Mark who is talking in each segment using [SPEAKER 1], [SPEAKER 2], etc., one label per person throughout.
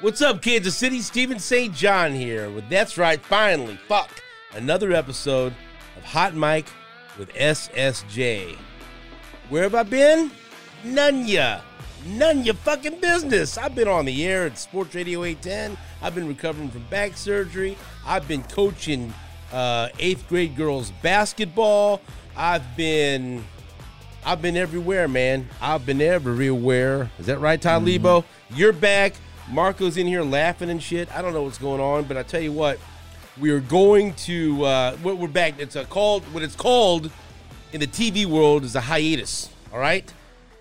[SPEAKER 1] What's up, Kansas City? Stephen St. John here with That's Right, finally, fuck, another episode of Hot Mike with SSJ. Where have I been? None ya. None ya fucking business. I've been on the air at Sports Radio 810. I've been recovering from back surgery. I've been coaching uh, eighth grade girls basketball. I've been I've been everywhere, man. I've been everywhere. Is that right, Todd Lebo? You're back. Marco's in here laughing and shit. I don't know what's going on, but I tell you what, we are going to. Uh, we're we're back. It's a called what it's called in the TV world is a hiatus. All right,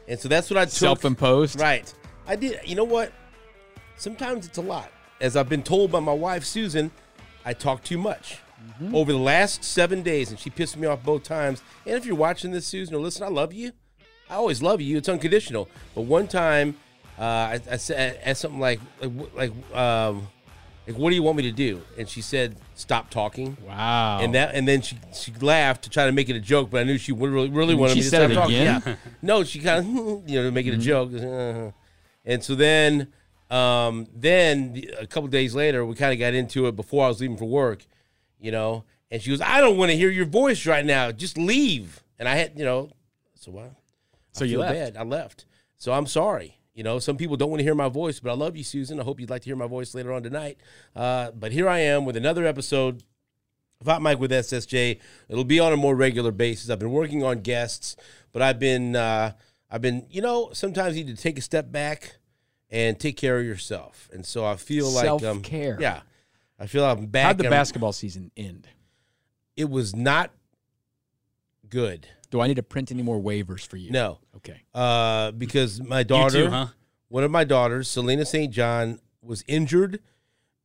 [SPEAKER 1] and so that's what I took.
[SPEAKER 2] Self-imposed.
[SPEAKER 1] Right. I did. You know what? Sometimes it's a lot. As I've been told by my wife Susan, I talk too much. Over the last seven days, and she pissed me off both times. And if you're watching this, Susan, or listen, I love you. I always love you. It's unconditional. But one time, uh, I, I said I asked something like, like, wh- like, um, like, what do you want me to do? And she said, stop talking.
[SPEAKER 2] Wow.
[SPEAKER 1] And that, and then she she laughed to try to make it a joke, but I knew she would really really wanted
[SPEAKER 2] she
[SPEAKER 1] me to
[SPEAKER 2] said
[SPEAKER 1] stop
[SPEAKER 2] it
[SPEAKER 1] talking.
[SPEAKER 2] again? Mm-hmm.
[SPEAKER 1] Yeah. no, she kind of you know to make it a joke, Uh-huh. and so then um, then the- a couple days later we kind of got into it before I was leaving for work, you know, and she goes, I don't want to hear your voice right now, just leave. And I had you know, so wow,
[SPEAKER 2] so
[SPEAKER 1] I
[SPEAKER 2] you
[SPEAKER 1] feel
[SPEAKER 2] left.
[SPEAKER 1] bad. I left, so I'm sorry. You know, some people don't want to hear my voice, but I love you, Susan. I hope you'd like to hear my voice later on tonight. Uh, but here I am with another episode of Hot Mike with SSJ. It'll be on a more regular basis. I've been working on guests, but I've been, uh, I've been, you know, sometimes you need to take a step back and take care of yourself. And so I feel like um,
[SPEAKER 2] Self-care.
[SPEAKER 1] yeah, I feel I'm back.
[SPEAKER 2] How'd the
[SPEAKER 1] and I'm-
[SPEAKER 2] basketball season end?
[SPEAKER 1] It was not good.
[SPEAKER 2] Do I need to print any more waivers for you?
[SPEAKER 1] No,
[SPEAKER 2] Okay.
[SPEAKER 1] uh, because my daughter,
[SPEAKER 3] You too, huh?
[SPEAKER 1] one of my daughters, Selena St. John, was injured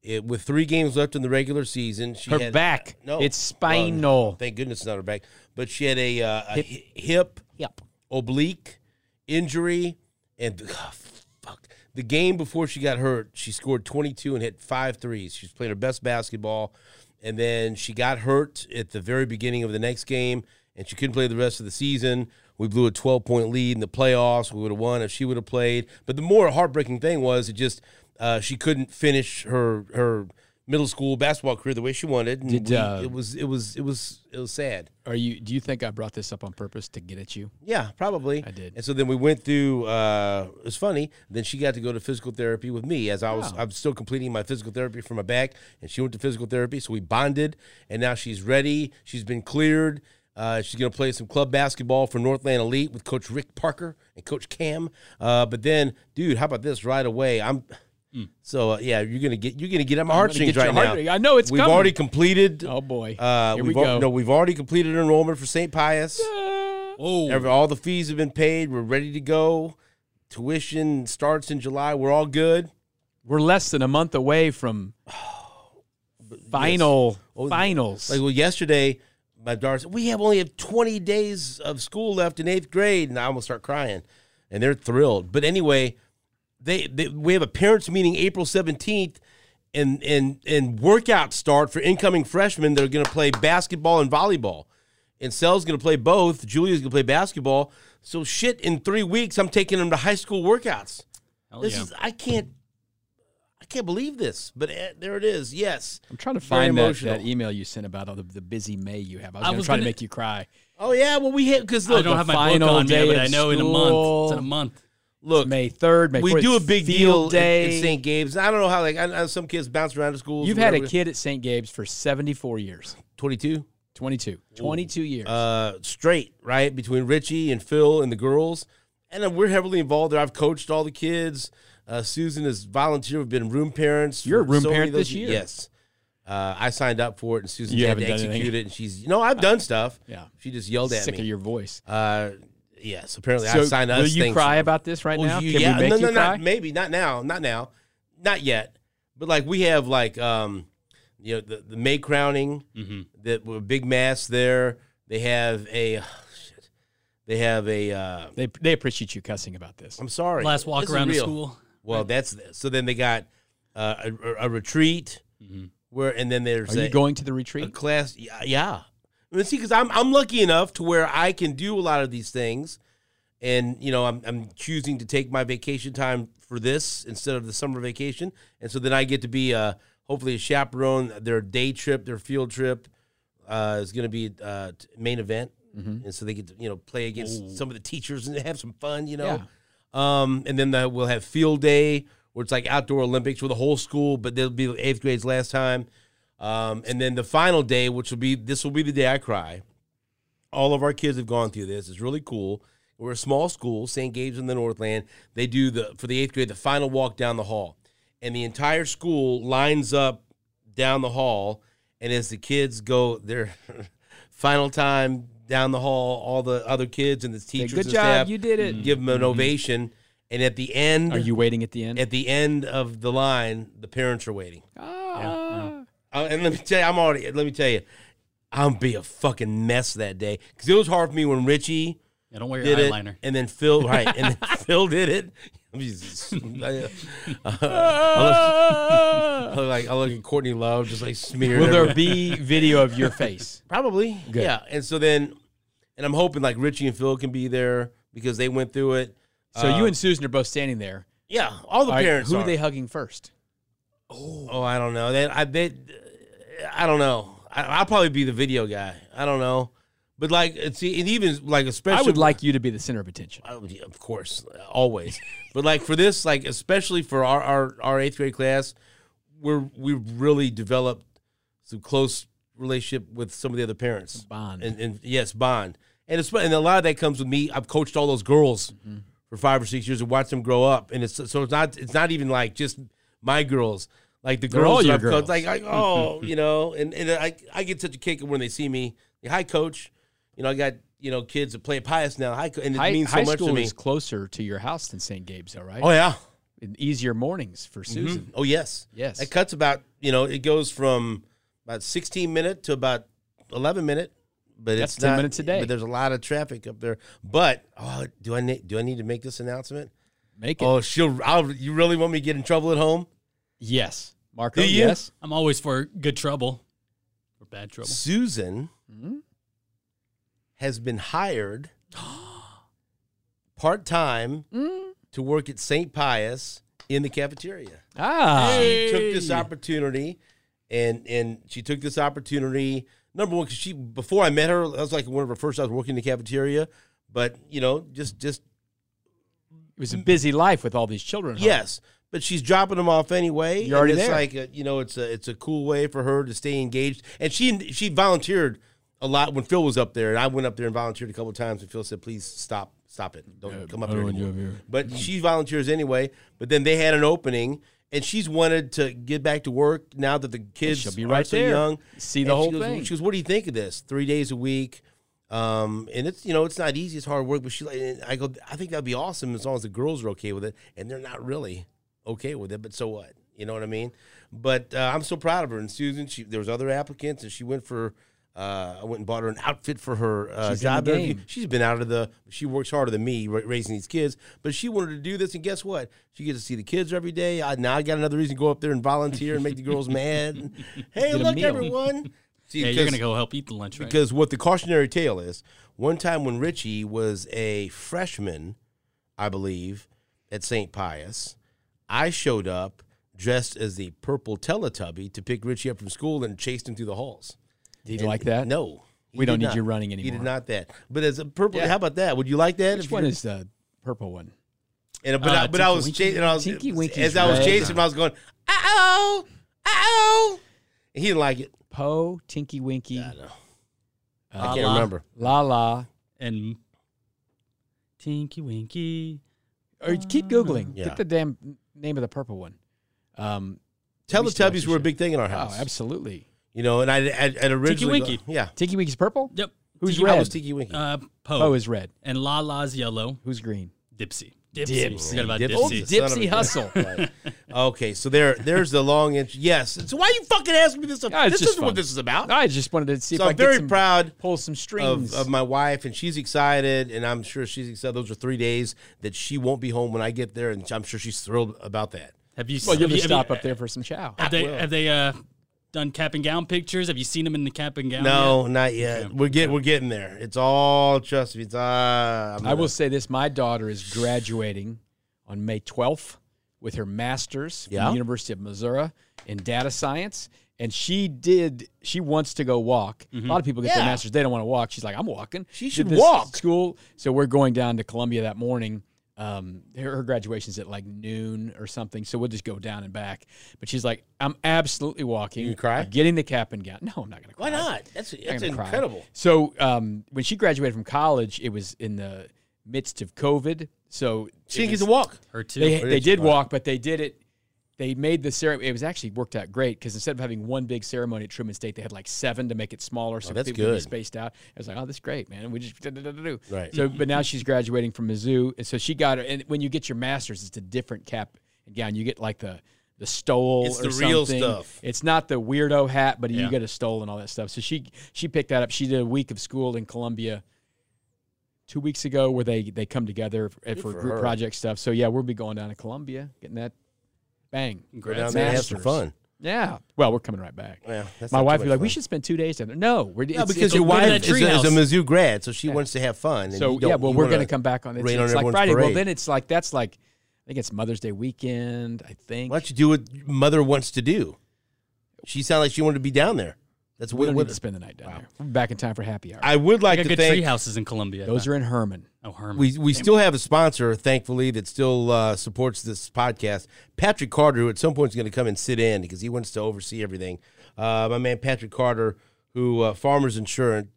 [SPEAKER 1] eh, with three games left in the regular season. She
[SPEAKER 2] Her
[SPEAKER 1] had-
[SPEAKER 2] back.
[SPEAKER 1] uh, No,
[SPEAKER 2] It's
[SPEAKER 1] well,
[SPEAKER 2] spinal.
[SPEAKER 1] thank goodness it's not her back, but she had a, uh, a hip. hip
[SPEAKER 2] yep.
[SPEAKER 1] oblique injury, and ah, fuck the game before she got hurt, she scored 22 and hit five threes. She's played her best basketball, and then she got hurt at the very beginning of the next game, and she couldn't play the rest of the season. We blew a 12 point lead in the playoffs. We would have won if she would have played. But the more heartbreaking thing was it just uh, she couldn't finish her her middle school basketball career the way she wanted. And
[SPEAKER 2] Did,
[SPEAKER 1] we-
[SPEAKER 2] uh,
[SPEAKER 1] it was it was it was it was sad.
[SPEAKER 2] Are you? Do you think I brought this up on purpose to get at you?
[SPEAKER 1] Yeah, probably.
[SPEAKER 2] I did.
[SPEAKER 1] And so then we went through. Uh, it was funny. Then she got to go to physical therapy with me as I was.
[SPEAKER 2] Oh.
[SPEAKER 1] I'm still completing my physical therapy for my back, and she went to physical therapy. So we bonded, and now she's ready. She's been cleared. Uh, she's going to play some club basketball for Northland Elite with Coach Rick Parker and Coach Cam. Uh, but then, dude, how about this? Right away, I'm. So uh, yeah, you're gonna get you're gonna get at my heartstrings
[SPEAKER 2] Hmm. get your
[SPEAKER 1] right
[SPEAKER 2] heart-
[SPEAKER 1] now.
[SPEAKER 2] I know it's
[SPEAKER 1] We've
[SPEAKER 2] coming.
[SPEAKER 1] already completed.
[SPEAKER 2] Oh boy.
[SPEAKER 1] Uh,
[SPEAKER 2] Here
[SPEAKER 1] we've
[SPEAKER 2] we
[SPEAKER 1] al-
[SPEAKER 2] go.
[SPEAKER 1] no, we've already completed enrollment for St. Pius.
[SPEAKER 3] Oh,
[SPEAKER 1] Every, all the fees have been paid. We're ready to go. Tuition starts in July. We're all good.
[SPEAKER 2] We're less than a month away from final finals.
[SPEAKER 1] Oh, Like well, yesterday, my daughter said, "We have only have 20 days of school left in eighth grade," and I almost start crying. And they're thrilled. But anyway, they, they we have a parents meeting April 17th, and and and workout start for incoming freshmen that are going to play basketball and volleyball. And Cell's going to play both. Julia's going to play basketball. So shit, in three weeks, I'm taking them to high school workouts.
[SPEAKER 3] Oh,
[SPEAKER 1] This is I can't. I can't believe this, but eh, there it is. Yes.
[SPEAKER 2] I'm trying to find that,
[SPEAKER 1] emotional.
[SPEAKER 2] that email you sent about all the, the busy May you have. I was
[SPEAKER 3] I
[SPEAKER 2] going to
[SPEAKER 3] was
[SPEAKER 2] try to
[SPEAKER 3] gonna-
[SPEAKER 2] make you cry.
[SPEAKER 1] Oh yeah, well we hit because look,
[SPEAKER 3] I don't
[SPEAKER 2] the
[SPEAKER 3] have my book
[SPEAKER 2] final
[SPEAKER 3] on me,
[SPEAKER 2] day
[SPEAKER 3] but
[SPEAKER 2] of
[SPEAKER 3] I know in a month. It's in
[SPEAKER 2] school.
[SPEAKER 3] a month.
[SPEAKER 1] look,
[SPEAKER 2] May 3rd, May 4th,
[SPEAKER 1] we do a big deal
[SPEAKER 2] field
[SPEAKER 1] at- at,
[SPEAKER 2] day.
[SPEAKER 1] St. Gabe's. I don't know how like I, I, some kids bounce around to schools.
[SPEAKER 2] You've had a
[SPEAKER 1] whatever.
[SPEAKER 2] kid at St. Gabe's for 74 years.
[SPEAKER 1] 22
[SPEAKER 2] 22. 22 years.
[SPEAKER 1] uh, straight right between Richie and Phil and the girls, and uh, we're heavily involved there. I've coached all the kids. Uh, Susan has volunteered. We've been room parents.
[SPEAKER 2] You're a
[SPEAKER 1] for
[SPEAKER 2] room
[SPEAKER 1] so many
[SPEAKER 2] parent
[SPEAKER 1] of those
[SPEAKER 2] this
[SPEAKER 1] ye-
[SPEAKER 2] year.
[SPEAKER 1] Yes. Uh, I signed up for it, and Susan
[SPEAKER 2] You
[SPEAKER 1] had to
[SPEAKER 2] haven't done
[SPEAKER 1] execute
[SPEAKER 2] anything.
[SPEAKER 1] it. And she's, you know, I've done stuff.
[SPEAKER 2] yeah.
[SPEAKER 1] She just yelled at
[SPEAKER 2] Sick
[SPEAKER 1] me.
[SPEAKER 2] of your voice.
[SPEAKER 1] uh, yes, apparently I
[SPEAKER 2] So
[SPEAKER 1] signed us.
[SPEAKER 2] will you
[SPEAKER 1] things
[SPEAKER 2] cry about this right
[SPEAKER 1] Well,
[SPEAKER 2] now?
[SPEAKER 1] Oh, you-
[SPEAKER 2] Can
[SPEAKER 1] yeah,
[SPEAKER 2] we make
[SPEAKER 1] no,
[SPEAKER 2] you
[SPEAKER 1] no,
[SPEAKER 2] cry?
[SPEAKER 1] not maybe not now, not now, not yet. But like we have like um, you know, the, the May crowning
[SPEAKER 2] Mm-hmm.
[SPEAKER 1] that were big mass there. They have a shit. They have a. Uh,
[SPEAKER 2] They, they appreciate you cussing about this.
[SPEAKER 1] I'm sorry.
[SPEAKER 3] Last walk
[SPEAKER 1] this is
[SPEAKER 3] around the
[SPEAKER 1] real.
[SPEAKER 3] school.
[SPEAKER 1] Well, that's so. Then they got uh, a, a retreat
[SPEAKER 2] Mm-hmm.
[SPEAKER 1] where, and then there's
[SPEAKER 2] Are
[SPEAKER 1] a,
[SPEAKER 2] you going to the
[SPEAKER 1] a
[SPEAKER 2] retreat?
[SPEAKER 1] class. Yeah, yeah. I mean, see, because I'm I'm lucky enough to where I can do a lot of these things, and you know I'm, I'm choosing to take my vacation time for this instead of the summer vacation and so then i get to be uh, hopefully a chaperone their day trip their field trip uh, is going to be uh, t- main event and so they get to you know play against some of the teachers and have some fun you know um, and then the, we'll have field day where it's like outdoor olympics with the whole school but they'll be eighth grades last time um, and then the final day which will be this will be the day i cry all of our kids have gone through this. It's really cool. We're a small school, St. Gabe's in the Northland. They do the for the eighth grade the final walk down the hall, and the entire school lines up down the hall. And as the kids go their final time down the hall, all the other kids and the teachers,
[SPEAKER 2] "Good
[SPEAKER 1] and
[SPEAKER 2] job,
[SPEAKER 1] staff
[SPEAKER 2] you did it."
[SPEAKER 1] Give them an ovation. And at the end,
[SPEAKER 2] Mm-hmm. Are you waiting at the end?
[SPEAKER 1] at the end of the line, the parents are waiting.
[SPEAKER 2] Ah.
[SPEAKER 1] Uh, and let me tell you, I'm already. Let me tell you, I'm be a fucking mess that day because it was hard for me when Richie
[SPEAKER 3] Yeah, don't wear your
[SPEAKER 1] did it,
[SPEAKER 3] eyeliner.
[SPEAKER 1] and then Phil right, and then Phil did it. I'm just- I, uh, I look, I look like I look at Courtney Love just like smeared.
[SPEAKER 2] Will
[SPEAKER 1] everywhere.
[SPEAKER 2] there be video of your face?
[SPEAKER 1] Probably.
[SPEAKER 2] Good.
[SPEAKER 1] Yeah. And so then, and I'm hoping like Richie and Phil can be there because they went through it.
[SPEAKER 2] So you and Susan are both standing there.
[SPEAKER 1] Yeah, all the
[SPEAKER 2] All right,
[SPEAKER 1] Uh, parents.
[SPEAKER 2] who
[SPEAKER 1] are.
[SPEAKER 2] are they hugging first?
[SPEAKER 1] Oh, I don't know. That I bet. I don't know. I, I'll probably be the video guy. I don't know. But like, it's and even like
[SPEAKER 2] I
[SPEAKER 1] especially.
[SPEAKER 2] would like you to be the center of attention.
[SPEAKER 1] I would- of course, always. but like for this, like especially for our our, our eighth grade class, we're we've really developed some close relationship with some of the other parents.
[SPEAKER 2] Bond.
[SPEAKER 1] And, and yes, bond. And it's and a lot of that comes with me. I've coached all those girls
[SPEAKER 2] Mm-hmm.
[SPEAKER 1] for five or six years and watched them grow up. And it's so it's not it's not even like just my girls. Like the girls
[SPEAKER 2] all
[SPEAKER 1] that
[SPEAKER 2] your
[SPEAKER 1] I've coached,
[SPEAKER 2] girls.
[SPEAKER 1] like like oh you know, and and I I get such a kick when they see me. Hi, coach. You know I got you know kids that play at Pius now. Hi, co- and it
[SPEAKER 2] High,
[SPEAKER 1] means so
[SPEAKER 2] high
[SPEAKER 1] much
[SPEAKER 2] school
[SPEAKER 1] to me.
[SPEAKER 2] is closer to your house than St. Gabe's, all right?
[SPEAKER 1] Oh yeah.
[SPEAKER 2] And Easier mornings for Susan.
[SPEAKER 1] Oh yes.
[SPEAKER 2] Yes.
[SPEAKER 1] It cuts about you know it goes from about 16 minute to about 11 minute, but
[SPEAKER 2] That's
[SPEAKER 1] it's
[SPEAKER 2] 10
[SPEAKER 1] not,
[SPEAKER 2] minutes a day.
[SPEAKER 1] But there's a lot of traffic up there. But oh, do I need do I need to make this announcement?
[SPEAKER 2] Make it.
[SPEAKER 1] Oh, she'll. I'll, you really want me to get in trouble at home?
[SPEAKER 2] Yes. Marco,
[SPEAKER 1] Do you?
[SPEAKER 2] yes.
[SPEAKER 3] I'm always for good trouble or bad trouble.
[SPEAKER 1] Susan has been hired part time to work at St. Pius in the cafeteria.
[SPEAKER 2] Ah.
[SPEAKER 1] she took this opportunity and and she took this opportunity number one because she before i met her i was like one of her first i was working in the cafeteria but you know just just
[SPEAKER 2] It was a busy life with all these children. huh?
[SPEAKER 1] yes but she's dropping them off anyway
[SPEAKER 2] You're already
[SPEAKER 1] and it's
[SPEAKER 2] there.
[SPEAKER 1] like a, you know it's a it's a cool way for her to stay engaged and she she volunteered a lot when phil was up there and i went up there and volunteered a couple of times and phil said please stop stop it don't come up here, anymore." but she volunteers anyway but then they had an opening and she's wanted to get back to work now that the kids
[SPEAKER 2] she'll be
[SPEAKER 1] are
[SPEAKER 2] right
[SPEAKER 1] so
[SPEAKER 2] there.
[SPEAKER 1] young
[SPEAKER 2] See the
[SPEAKER 1] And she
[SPEAKER 2] whole
[SPEAKER 1] goes-
[SPEAKER 2] thing.
[SPEAKER 1] she goes what do you think of this three days a week um, and it's you know it's not easy it's hard work but she like and i go i think that'd be awesome as long as the girls are okay with it and they're not really okay with it but so what you know what i mean but uh, i'm so proud of her and susan she there was other applicants and she went for uh, I went and bought her an outfit for her uh,
[SPEAKER 2] She's in
[SPEAKER 1] job
[SPEAKER 2] the
[SPEAKER 1] interview.
[SPEAKER 2] game.
[SPEAKER 1] She's been out of the. She works harder than me ra- raising these kids, but she wanted to do this, and guess what? She gets to see the kids every day. I, now I got another reason to go up there and volunteer and make the girls mad. Hey,
[SPEAKER 2] a
[SPEAKER 1] look,
[SPEAKER 2] meal.
[SPEAKER 1] everyone! See,
[SPEAKER 3] yeah, you're
[SPEAKER 1] 'cause-
[SPEAKER 3] gonna go help eat the lunch, right?
[SPEAKER 1] because what the cautionary tale is one time when Richie was a freshman, I believe, at St. Pius, I showed up dressed as the purple Teletubby to pick Richie up from school and chased him through the halls.
[SPEAKER 2] Did you like that?
[SPEAKER 1] No. he
[SPEAKER 2] We don't
[SPEAKER 1] did
[SPEAKER 2] need
[SPEAKER 1] not.
[SPEAKER 2] you running
[SPEAKER 1] He did
[SPEAKER 2] anymore.
[SPEAKER 1] not that. But as a purple,
[SPEAKER 2] Yeah.
[SPEAKER 1] how about that? Would you like that?
[SPEAKER 2] Which
[SPEAKER 1] if
[SPEAKER 2] one
[SPEAKER 1] you-
[SPEAKER 2] is the purple one?
[SPEAKER 1] And, but
[SPEAKER 3] Uh,
[SPEAKER 1] I, but I
[SPEAKER 3] Tinky
[SPEAKER 1] was
[SPEAKER 3] Winky?
[SPEAKER 1] chasing. And I was,
[SPEAKER 2] Tinky Winky's
[SPEAKER 1] as I was
[SPEAKER 2] red.
[SPEAKER 1] chasing him, I was going, uh oh, uh oh. He didn't like it.
[SPEAKER 2] Poe, Tinky Winky,
[SPEAKER 1] I know.
[SPEAKER 2] La
[SPEAKER 1] I can't
[SPEAKER 3] La.
[SPEAKER 1] remember.
[SPEAKER 2] La La.
[SPEAKER 3] and Tinky Winky.
[SPEAKER 2] Or keep Googling.
[SPEAKER 1] Hmm. Yeah.
[SPEAKER 2] Get the damn name of the purple one. Um, We still have
[SPEAKER 1] Teletubbies
[SPEAKER 2] to
[SPEAKER 1] were a
[SPEAKER 2] share.
[SPEAKER 1] big thing in our
[SPEAKER 2] oh,
[SPEAKER 1] house.
[SPEAKER 2] absolutely.
[SPEAKER 1] You know, and I at, at originally
[SPEAKER 3] Winky.
[SPEAKER 1] yeah.
[SPEAKER 2] Tinky Winky's purple?
[SPEAKER 3] Yep.
[SPEAKER 2] Who's
[SPEAKER 3] Tinky-
[SPEAKER 1] I
[SPEAKER 2] red?
[SPEAKER 1] was Tiki Winky.
[SPEAKER 3] Uh, Poe.
[SPEAKER 2] Poe is red.
[SPEAKER 3] and La La's yellow.
[SPEAKER 2] Who's green?
[SPEAKER 3] Dipsy.
[SPEAKER 2] Dipsy.
[SPEAKER 3] Forgot about
[SPEAKER 1] Dipsy.
[SPEAKER 3] Dipsy.
[SPEAKER 1] Oh,
[SPEAKER 2] Old
[SPEAKER 1] Son of a
[SPEAKER 2] Dipsy
[SPEAKER 1] bitch.
[SPEAKER 2] Hustle.
[SPEAKER 1] Right. okay, so there, there's the long inch. Yes. So why you fucking asking me this? stuff?
[SPEAKER 2] Yeah, it's
[SPEAKER 1] this
[SPEAKER 2] just
[SPEAKER 1] isn't what
[SPEAKER 2] fun.
[SPEAKER 1] this is about.
[SPEAKER 2] I just wanted to see
[SPEAKER 1] so
[SPEAKER 2] if I
[SPEAKER 1] I'm
[SPEAKER 2] could get
[SPEAKER 1] very
[SPEAKER 2] some,
[SPEAKER 1] proud
[SPEAKER 2] pull some strings.
[SPEAKER 1] of, of my wife, and she's excited, and I'm sure she's excited. Those are three days that she won't be home when I get there, and I'm sure she's thrilled about that.
[SPEAKER 3] Have you?
[SPEAKER 2] well,
[SPEAKER 3] have
[SPEAKER 2] you'll
[SPEAKER 3] you,
[SPEAKER 2] just
[SPEAKER 3] have
[SPEAKER 2] stop
[SPEAKER 3] you-
[SPEAKER 2] up there for some chow.
[SPEAKER 3] Have they? Have they? Uh, done cap and gown pictures? Have you seen him in the cap and gown?
[SPEAKER 1] no,
[SPEAKER 3] yet?
[SPEAKER 1] not yet.
[SPEAKER 3] Okay.
[SPEAKER 1] We're get we're getting there. It's all trust me. It's uh, I'm
[SPEAKER 2] I
[SPEAKER 1] gonna-
[SPEAKER 2] will say this: my daughter is graduating on May 12th with her master's from
[SPEAKER 1] Yeah.
[SPEAKER 2] the University of Missouri in data science, and she did. She wants to go walk. A lot of people get their
[SPEAKER 1] Mm-hmm. Yeah.
[SPEAKER 2] master's; they don't want to walk. She's like, "I'm walking."
[SPEAKER 1] She
[SPEAKER 2] Did
[SPEAKER 1] should
[SPEAKER 2] this
[SPEAKER 1] walk.
[SPEAKER 2] School. So we're going down to Columbia that morning. Um, her her graduation's at like noon or something, so we'll just go down and back. But she's like, "I'm absolutely walking."
[SPEAKER 1] You cry?
[SPEAKER 2] I'm getting the cap and gown. No, I'm not gonna cry.
[SPEAKER 1] Why not? That's
[SPEAKER 2] I'm
[SPEAKER 1] that's
[SPEAKER 2] gonna cry.
[SPEAKER 1] incredible.
[SPEAKER 2] So um, when she graduated from college, it was in the midst of COVID. So
[SPEAKER 1] She
[SPEAKER 2] it
[SPEAKER 1] didn't get
[SPEAKER 2] was-
[SPEAKER 1] to walk.
[SPEAKER 3] Her too.
[SPEAKER 2] they,
[SPEAKER 1] Or
[SPEAKER 2] they
[SPEAKER 1] did she
[SPEAKER 2] did
[SPEAKER 1] walk?
[SPEAKER 2] walk, but they did it. They made the ceremony. It was actually worked out great because instead of having one big ceremony at Truman State, they had like seven to make it smaller, so
[SPEAKER 1] Oh, that's
[SPEAKER 2] people could be
[SPEAKER 1] good.
[SPEAKER 2] spaced out. I was like, oh, this is great, man. We just do-do-do-do-do."
[SPEAKER 1] Right.
[SPEAKER 2] So, but now she's graduating from Mizzou, and so she got her. And when you get your master's, it's a different cap and gown. You get like the the stole
[SPEAKER 1] It's
[SPEAKER 2] or
[SPEAKER 1] the real
[SPEAKER 2] something.
[SPEAKER 1] stuff.
[SPEAKER 2] It's not the weirdo hat, but
[SPEAKER 3] Yeah.
[SPEAKER 2] you get a stole and all that stuff. So she she picked that up. She did a week of school in Columbia two weeks ago where they they come together f- eh, for,
[SPEAKER 1] for
[SPEAKER 2] group
[SPEAKER 1] her.
[SPEAKER 2] project stuff. So yeah, we'll be going down to Columbia, getting that bang.
[SPEAKER 1] Go down
[SPEAKER 3] Congrats.
[SPEAKER 1] there and have some
[SPEAKER 2] Masters.
[SPEAKER 1] fun.
[SPEAKER 2] Yeah. Well, we're coming right back.
[SPEAKER 1] Yeah, that's
[SPEAKER 2] My
[SPEAKER 1] not too
[SPEAKER 2] wife would
[SPEAKER 1] much
[SPEAKER 2] be like,
[SPEAKER 1] fun.
[SPEAKER 2] we should spend two days down there. No, we're
[SPEAKER 1] Yeah,
[SPEAKER 2] it's-
[SPEAKER 1] because
[SPEAKER 2] it's-
[SPEAKER 1] your
[SPEAKER 3] go to
[SPEAKER 1] wife
[SPEAKER 3] that
[SPEAKER 1] is a, is a
[SPEAKER 3] treehouse.
[SPEAKER 1] Mizzou grad, so she wants to have fun. And
[SPEAKER 2] so
[SPEAKER 1] you don't-
[SPEAKER 2] yeah. Well,
[SPEAKER 1] you
[SPEAKER 2] we're
[SPEAKER 1] wanna-
[SPEAKER 2] gonna come back on. It's,
[SPEAKER 1] rain on
[SPEAKER 2] it's like
[SPEAKER 1] everyone's
[SPEAKER 2] Friday. Well,
[SPEAKER 1] parade.
[SPEAKER 2] then it's like that's like I think it's Mother's Day weekend. I think.
[SPEAKER 1] Why don't you do what your mother wants to do? She sounded like she wanted to be down there. That's
[SPEAKER 2] we
[SPEAKER 1] what.
[SPEAKER 2] don't
[SPEAKER 1] what-
[SPEAKER 2] need to spend the night down there. We're back in time for happy hour.
[SPEAKER 1] I would like
[SPEAKER 3] They
[SPEAKER 1] to
[SPEAKER 3] got good
[SPEAKER 1] thank.
[SPEAKER 3] tree houses in Colombia.
[SPEAKER 2] Those are in Herman.
[SPEAKER 3] oh Herman.
[SPEAKER 1] We, we still have a sponsor, thankfully, that still uh, supports this podcast. Patrick Carter, who at some point is going to come and sit in because he wants to oversee everything. Uh, my man, Patrick Carter, who uh, Farmers Insurance,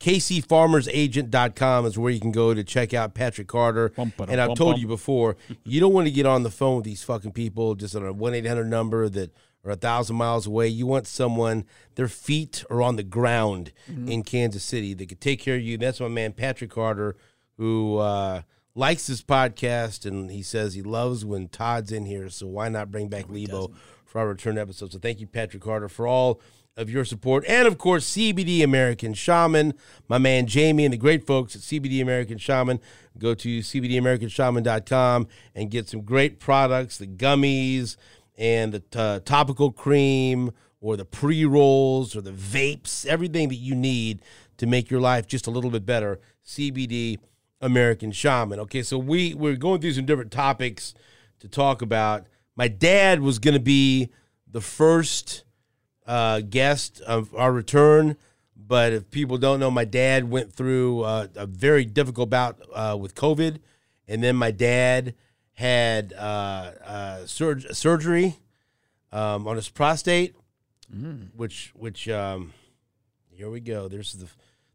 [SPEAKER 1] kcfarmersagent.com is where you can go to check out Patrick Carter.
[SPEAKER 2] Bum, ba-dum,
[SPEAKER 1] And I've
[SPEAKER 2] bum,
[SPEAKER 1] told
[SPEAKER 2] bum.
[SPEAKER 1] you before, you don't want to get on the phone with these fucking people just on a 1 800 number that are a thousand miles away. You want someone, their feet are on the ground in Kansas City that could take care of you. That's my man, Patrick Carter, who uh, likes this podcast and he says he loves when Todd's in here. So why not bring back Lebo for our return episode? So thank you, Patrick Carter, for all of your support. And of course, CBD American Shaman, my man Jamie and the great folks at CBD American Shaman. Go to CBDAmericanShaman.com and get some great products the gummies and the uh, topical cream or the pre rolls or the vapes, everything that you need to make your life just a little bit better. CBD American Shaman. Okay, so we, we're going through some different topics to talk about. My dad was going to be the first uh, guest of our return. But if people don't know, my dad went through uh, a very difficult bout uh, with COVID, and then my dad had uh, uh, surg- surgery um, on his prostate, which which um, here we go. There's the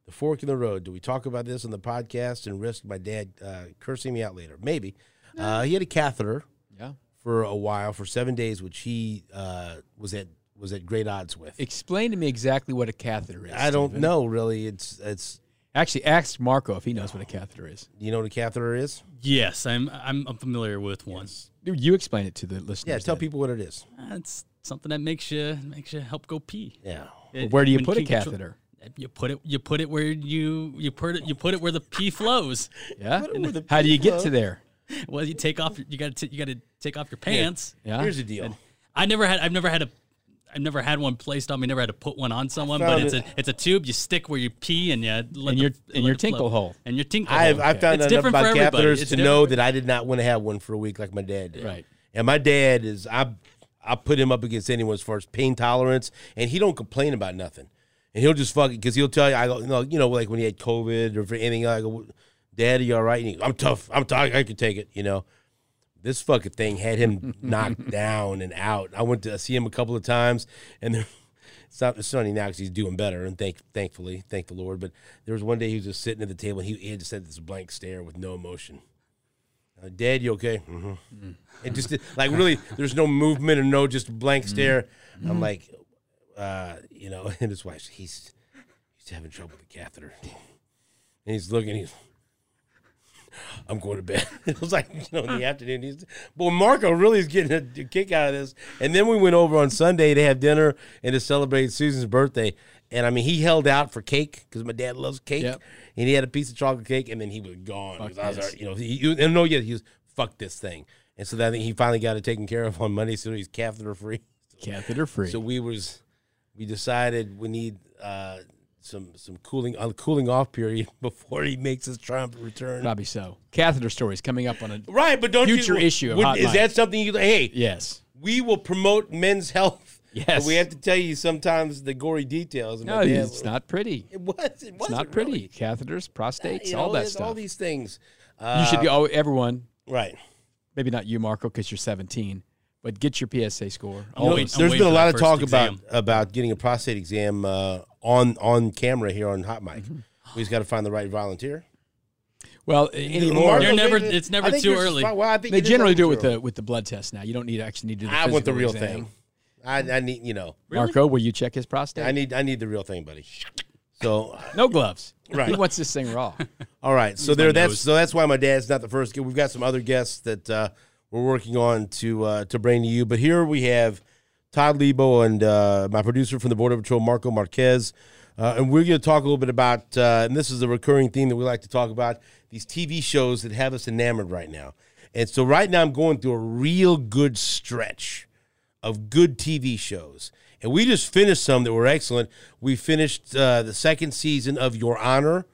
[SPEAKER 1] the fork in the road. Do we talk about this on the podcast and risk my dad uh, cursing me out later? Maybe. Uh, he had a catheter
[SPEAKER 2] Yeah.
[SPEAKER 1] for a while for seven days, which he uh, was at was at great odds with.
[SPEAKER 2] Explain to me exactly what a catheter is.
[SPEAKER 1] I don't
[SPEAKER 2] Steven.
[SPEAKER 1] know really. It's it's
[SPEAKER 2] Actually, ask Marco if he knows what a catheter is.
[SPEAKER 1] you know what a catheter is.
[SPEAKER 3] yes, I'm I'm I'm familiar with one.
[SPEAKER 2] Dude, You explain it to the listeners.
[SPEAKER 1] Yeah, tell
[SPEAKER 2] then.
[SPEAKER 1] people what it is.
[SPEAKER 3] Uh, It's something that makes you makes you help go pee.
[SPEAKER 1] Yeah,
[SPEAKER 2] Well, Where do you
[SPEAKER 3] When
[SPEAKER 2] put a
[SPEAKER 3] can't control-
[SPEAKER 2] catheter?
[SPEAKER 3] You put it. You put it where you you put it. You put it where the pee flows.
[SPEAKER 2] Yeah.
[SPEAKER 1] Put it where the
[SPEAKER 2] How do you get
[SPEAKER 1] people-
[SPEAKER 2] to there?
[SPEAKER 3] Well, you take off. your- You got to. You got to take off your pants.
[SPEAKER 2] Yeah.
[SPEAKER 1] here's the deal.
[SPEAKER 3] I never had. I've never had a. I've never had one placed on me. Never had to put one on someone.
[SPEAKER 1] found
[SPEAKER 3] But it's
[SPEAKER 1] it-
[SPEAKER 3] a. It's a tube. You stick where you pee and you let the,
[SPEAKER 2] And your-
[SPEAKER 3] let
[SPEAKER 2] and your
[SPEAKER 3] it flow.
[SPEAKER 2] tinkle hole.
[SPEAKER 3] and your tinkle
[SPEAKER 1] I've
[SPEAKER 3] hole.
[SPEAKER 1] I've found
[SPEAKER 3] It's
[SPEAKER 1] enough
[SPEAKER 3] different
[SPEAKER 1] about
[SPEAKER 3] for everybody.
[SPEAKER 1] catheters
[SPEAKER 3] It's
[SPEAKER 1] to
[SPEAKER 3] different
[SPEAKER 1] know
[SPEAKER 3] for-
[SPEAKER 1] that I did not want to have one for a week like my dad did.
[SPEAKER 2] Right.
[SPEAKER 1] And my dad is I I put him up against anyone as far as pain tolerance, and he don't complain about nothing. And he'll just fuck it because he'll tell you I go you know, you know like when he had COVID or for anything I go, Dad, are you all right? And he, I'm tough. I'm tough. I can take it. You know. this fucking thing had him knocked down and out. I went to see him a couple of times, and there, it's not it's sunny now because he's doing better, and thank thankfully, thank the Lord. But there was one day he was just sitting at the table, and he, he had just had this blank stare with no emotion. Uh, Dad, you okay? Mm-hmm. It just like really, there's no movement and no just blank stare. I'm like, uh, you know, and his wife, he's he's having trouble with the catheter, and he's looking, he's. I'm going to bed. it was like, you know, in the afternoon. He's, boy, Marco really is getting a, a kick out of this. And then we went over on Sunday to have dinner and to celebrate Susan's birthday. And I mean, he held out for cake because my dad loves cake.
[SPEAKER 2] Yep.
[SPEAKER 1] And he had a piece of chocolate cake, and then he was gone. 'Cause I was,
[SPEAKER 2] this.
[SPEAKER 1] already- you know, he, he, and no, yeah, he was fuck this thing. And so that I think he finally got it taken care of on Monday, so he's catheter free.
[SPEAKER 2] Catheter free.
[SPEAKER 1] So we was we decided we need uh, some some cooling a cooling off period before he makes his triumphant return.
[SPEAKER 2] Probably so. Catheter stories coming up on a
[SPEAKER 1] Right, but don't
[SPEAKER 2] Future
[SPEAKER 1] you,
[SPEAKER 2] issue of
[SPEAKER 1] would-
[SPEAKER 2] Hot
[SPEAKER 1] is
[SPEAKER 2] Mic.
[SPEAKER 1] that something you hey?
[SPEAKER 2] yes.
[SPEAKER 1] We will promote men's health.
[SPEAKER 2] Yes.
[SPEAKER 1] but we have to tell you sometimes the gory details. And
[SPEAKER 2] No,
[SPEAKER 1] my dad-
[SPEAKER 2] it's not pretty.
[SPEAKER 1] It was. It was
[SPEAKER 2] It's not pretty. Catheters, prostates, all that stuff.
[SPEAKER 1] All uh, these things.
[SPEAKER 2] you should go. Everyone,
[SPEAKER 1] Right.
[SPEAKER 2] maybe not you, Marco, because you're 17, but get your PSA score.
[SPEAKER 3] I'm
[SPEAKER 2] Oh,
[SPEAKER 3] waiting-
[SPEAKER 1] There's
[SPEAKER 3] I'm waiting
[SPEAKER 1] been a
[SPEAKER 3] for that
[SPEAKER 1] lot of
[SPEAKER 3] first
[SPEAKER 1] talk
[SPEAKER 3] exam.
[SPEAKER 1] about about getting a prostate exam uh, on on camera here on Hot Mic.
[SPEAKER 2] Mm-hmm.
[SPEAKER 1] We just got to find the right volunteer.
[SPEAKER 2] well, anymore.
[SPEAKER 1] Marco,
[SPEAKER 3] never-
[SPEAKER 1] maybe-
[SPEAKER 3] it's never
[SPEAKER 1] I think
[SPEAKER 3] too
[SPEAKER 1] you're just
[SPEAKER 3] early.
[SPEAKER 1] fine. Well, I think
[SPEAKER 2] They
[SPEAKER 1] is
[SPEAKER 2] generally
[SPEAKER 1] always
[SPEAKER 2] do it with
[SPEAKER 1] early.
[SPEAKER 2] the with the blood test now. You don't need to actually need to do. The
[SPEAKER 1] I want the
[SPEAKER 2] physical
[SPEAKER 1] real
[SPEAKER 2] exam.
[SPEAKER 1] thing. I, I need you know.
[SPEAKER 2] Marco, will you check his prostate?
[SPEAKER 1] I need I need the real thing, buddy. So
[SPEAKER 2] no gloves.
[SPEAKER 1] Right.
[SPEAKER 2] He wants this thing raw.
[SPEAKER 1] All right, so there. That's
[SPEAKER 3] nose.
[SPEAKER 1] so that's why my dad's not the first. guest. We've got some other guests that uh, we're working on to uh, to bring to you, but here we have Todd Lebo and uh, my producer from the Border Patrol, Marco Marquez, uh, and we're going to talk a little bit about. Uh, and this is a recurring theme that we like to talk about these TV shows that have us enamored right now. And so right now, I'm going through a real good stretch of good TV shows. And we just finished some that were excellent. We finished uh, the second season of Your Honor,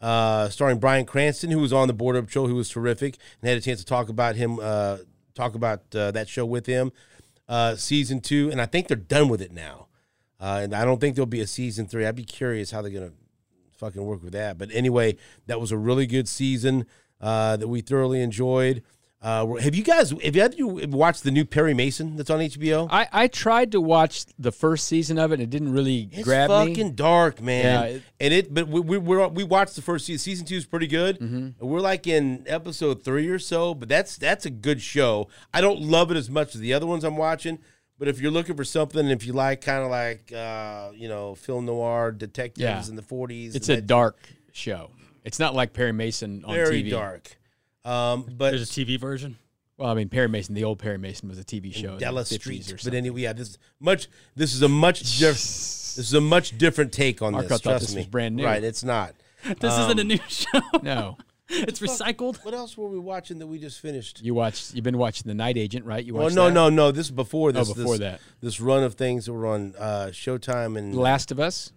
[SPEAKER 1] uh, starring Brian Cranston, who was on the Border Patrol, who was terrific, and had a chance to talk about him, uh, talk about uh, that show with him. Uh, season two, and I think they're done with it now. Uh, and I don't think there'll be a season three. I'd be curious how they're gonna fucking work with that. But anyway, that was a really good season uh, that we thoroughly enjoyed. Uh, we're- have you guys have you, have you watched the new Perry Mason that's on HBO?
[SPEAKER 2] I, I tried to watch the first season of it and it didn't really
[SPEAKER 1] It's
[SPEAKER 2] grab
[SPEAKER 1] fucking
[SPEAKER 2] me.
[SPEAKER 1] dark, man.
[SPEAKER 2] Yeah, it-
[SPEAKER 1] and it, but we we we're, we watched the first season. Season two is pretty good. And
[SPEAKER 2] Mm-hmm.
[SPEAKER 1] We're like in episode three or so, but that's that's a good show. I don't love it as much as the other ones I'm watching. But if you're looking for something, if you like kind of like uh, you know film noir detectives
[SPEAKER 2] Yeah.
[SPEAKER 1] in the 40s,
[SPEAKER 2] It's a
[SPEAKER 1] and that-
[SPEAKER 2] dark show. It's not like Perry Mason on
[SPEAKER 1] very
[SPEAKER 2] TV.
[SPEAKER 1] dark. Um, but
[SPEAKER 3] There's a TV version.
[SPEAKER 2] Well, I mean Perry Mason, the old Perry Mason was a TV show. in the
[SPEAKER 1] Dallas
[SPEAKER 2] 50s
[SPEAKER 1] Street.
[SPEAKER 2] or
[SPEAKER 1] But
[SPEAKER 2] something.
[SPEAKER 1] anyway, yeah, this is much. This is a much different. This is a much different take on
[SPEAKER 2] Marco
[SPEAKER 1] this.
[SPEAKER 2] thought
[SPEAKER 1] Trust
[SPEAKER 2] this
[SPEAKER 1] me,
[SPEAKER 2] was brand new.
[SPEAKER 1] Right, it's not.
[SPEAKER 3] This isn't a new show.
[SPEAKER 2] no.
[SPEAKER 3] it's recycled.
[SPEAKER 1] What else were we watching that we just finished?
[SPEAKER 2] You watched you've been watching The Night Agent, right? You
[SPEAKER 1] Well,
[SPEAKER 2] watched
[SPEAKER 1] Oh, no,
[SPEAKER 2] that? Oh,
[SPEAKER 1] no, no. This is before this. this,
[SPEAKER 2] before that.
[SPEAKER 1] This run of things that were on uh, Showtime and
[SPEAKER 2] The Last of Us.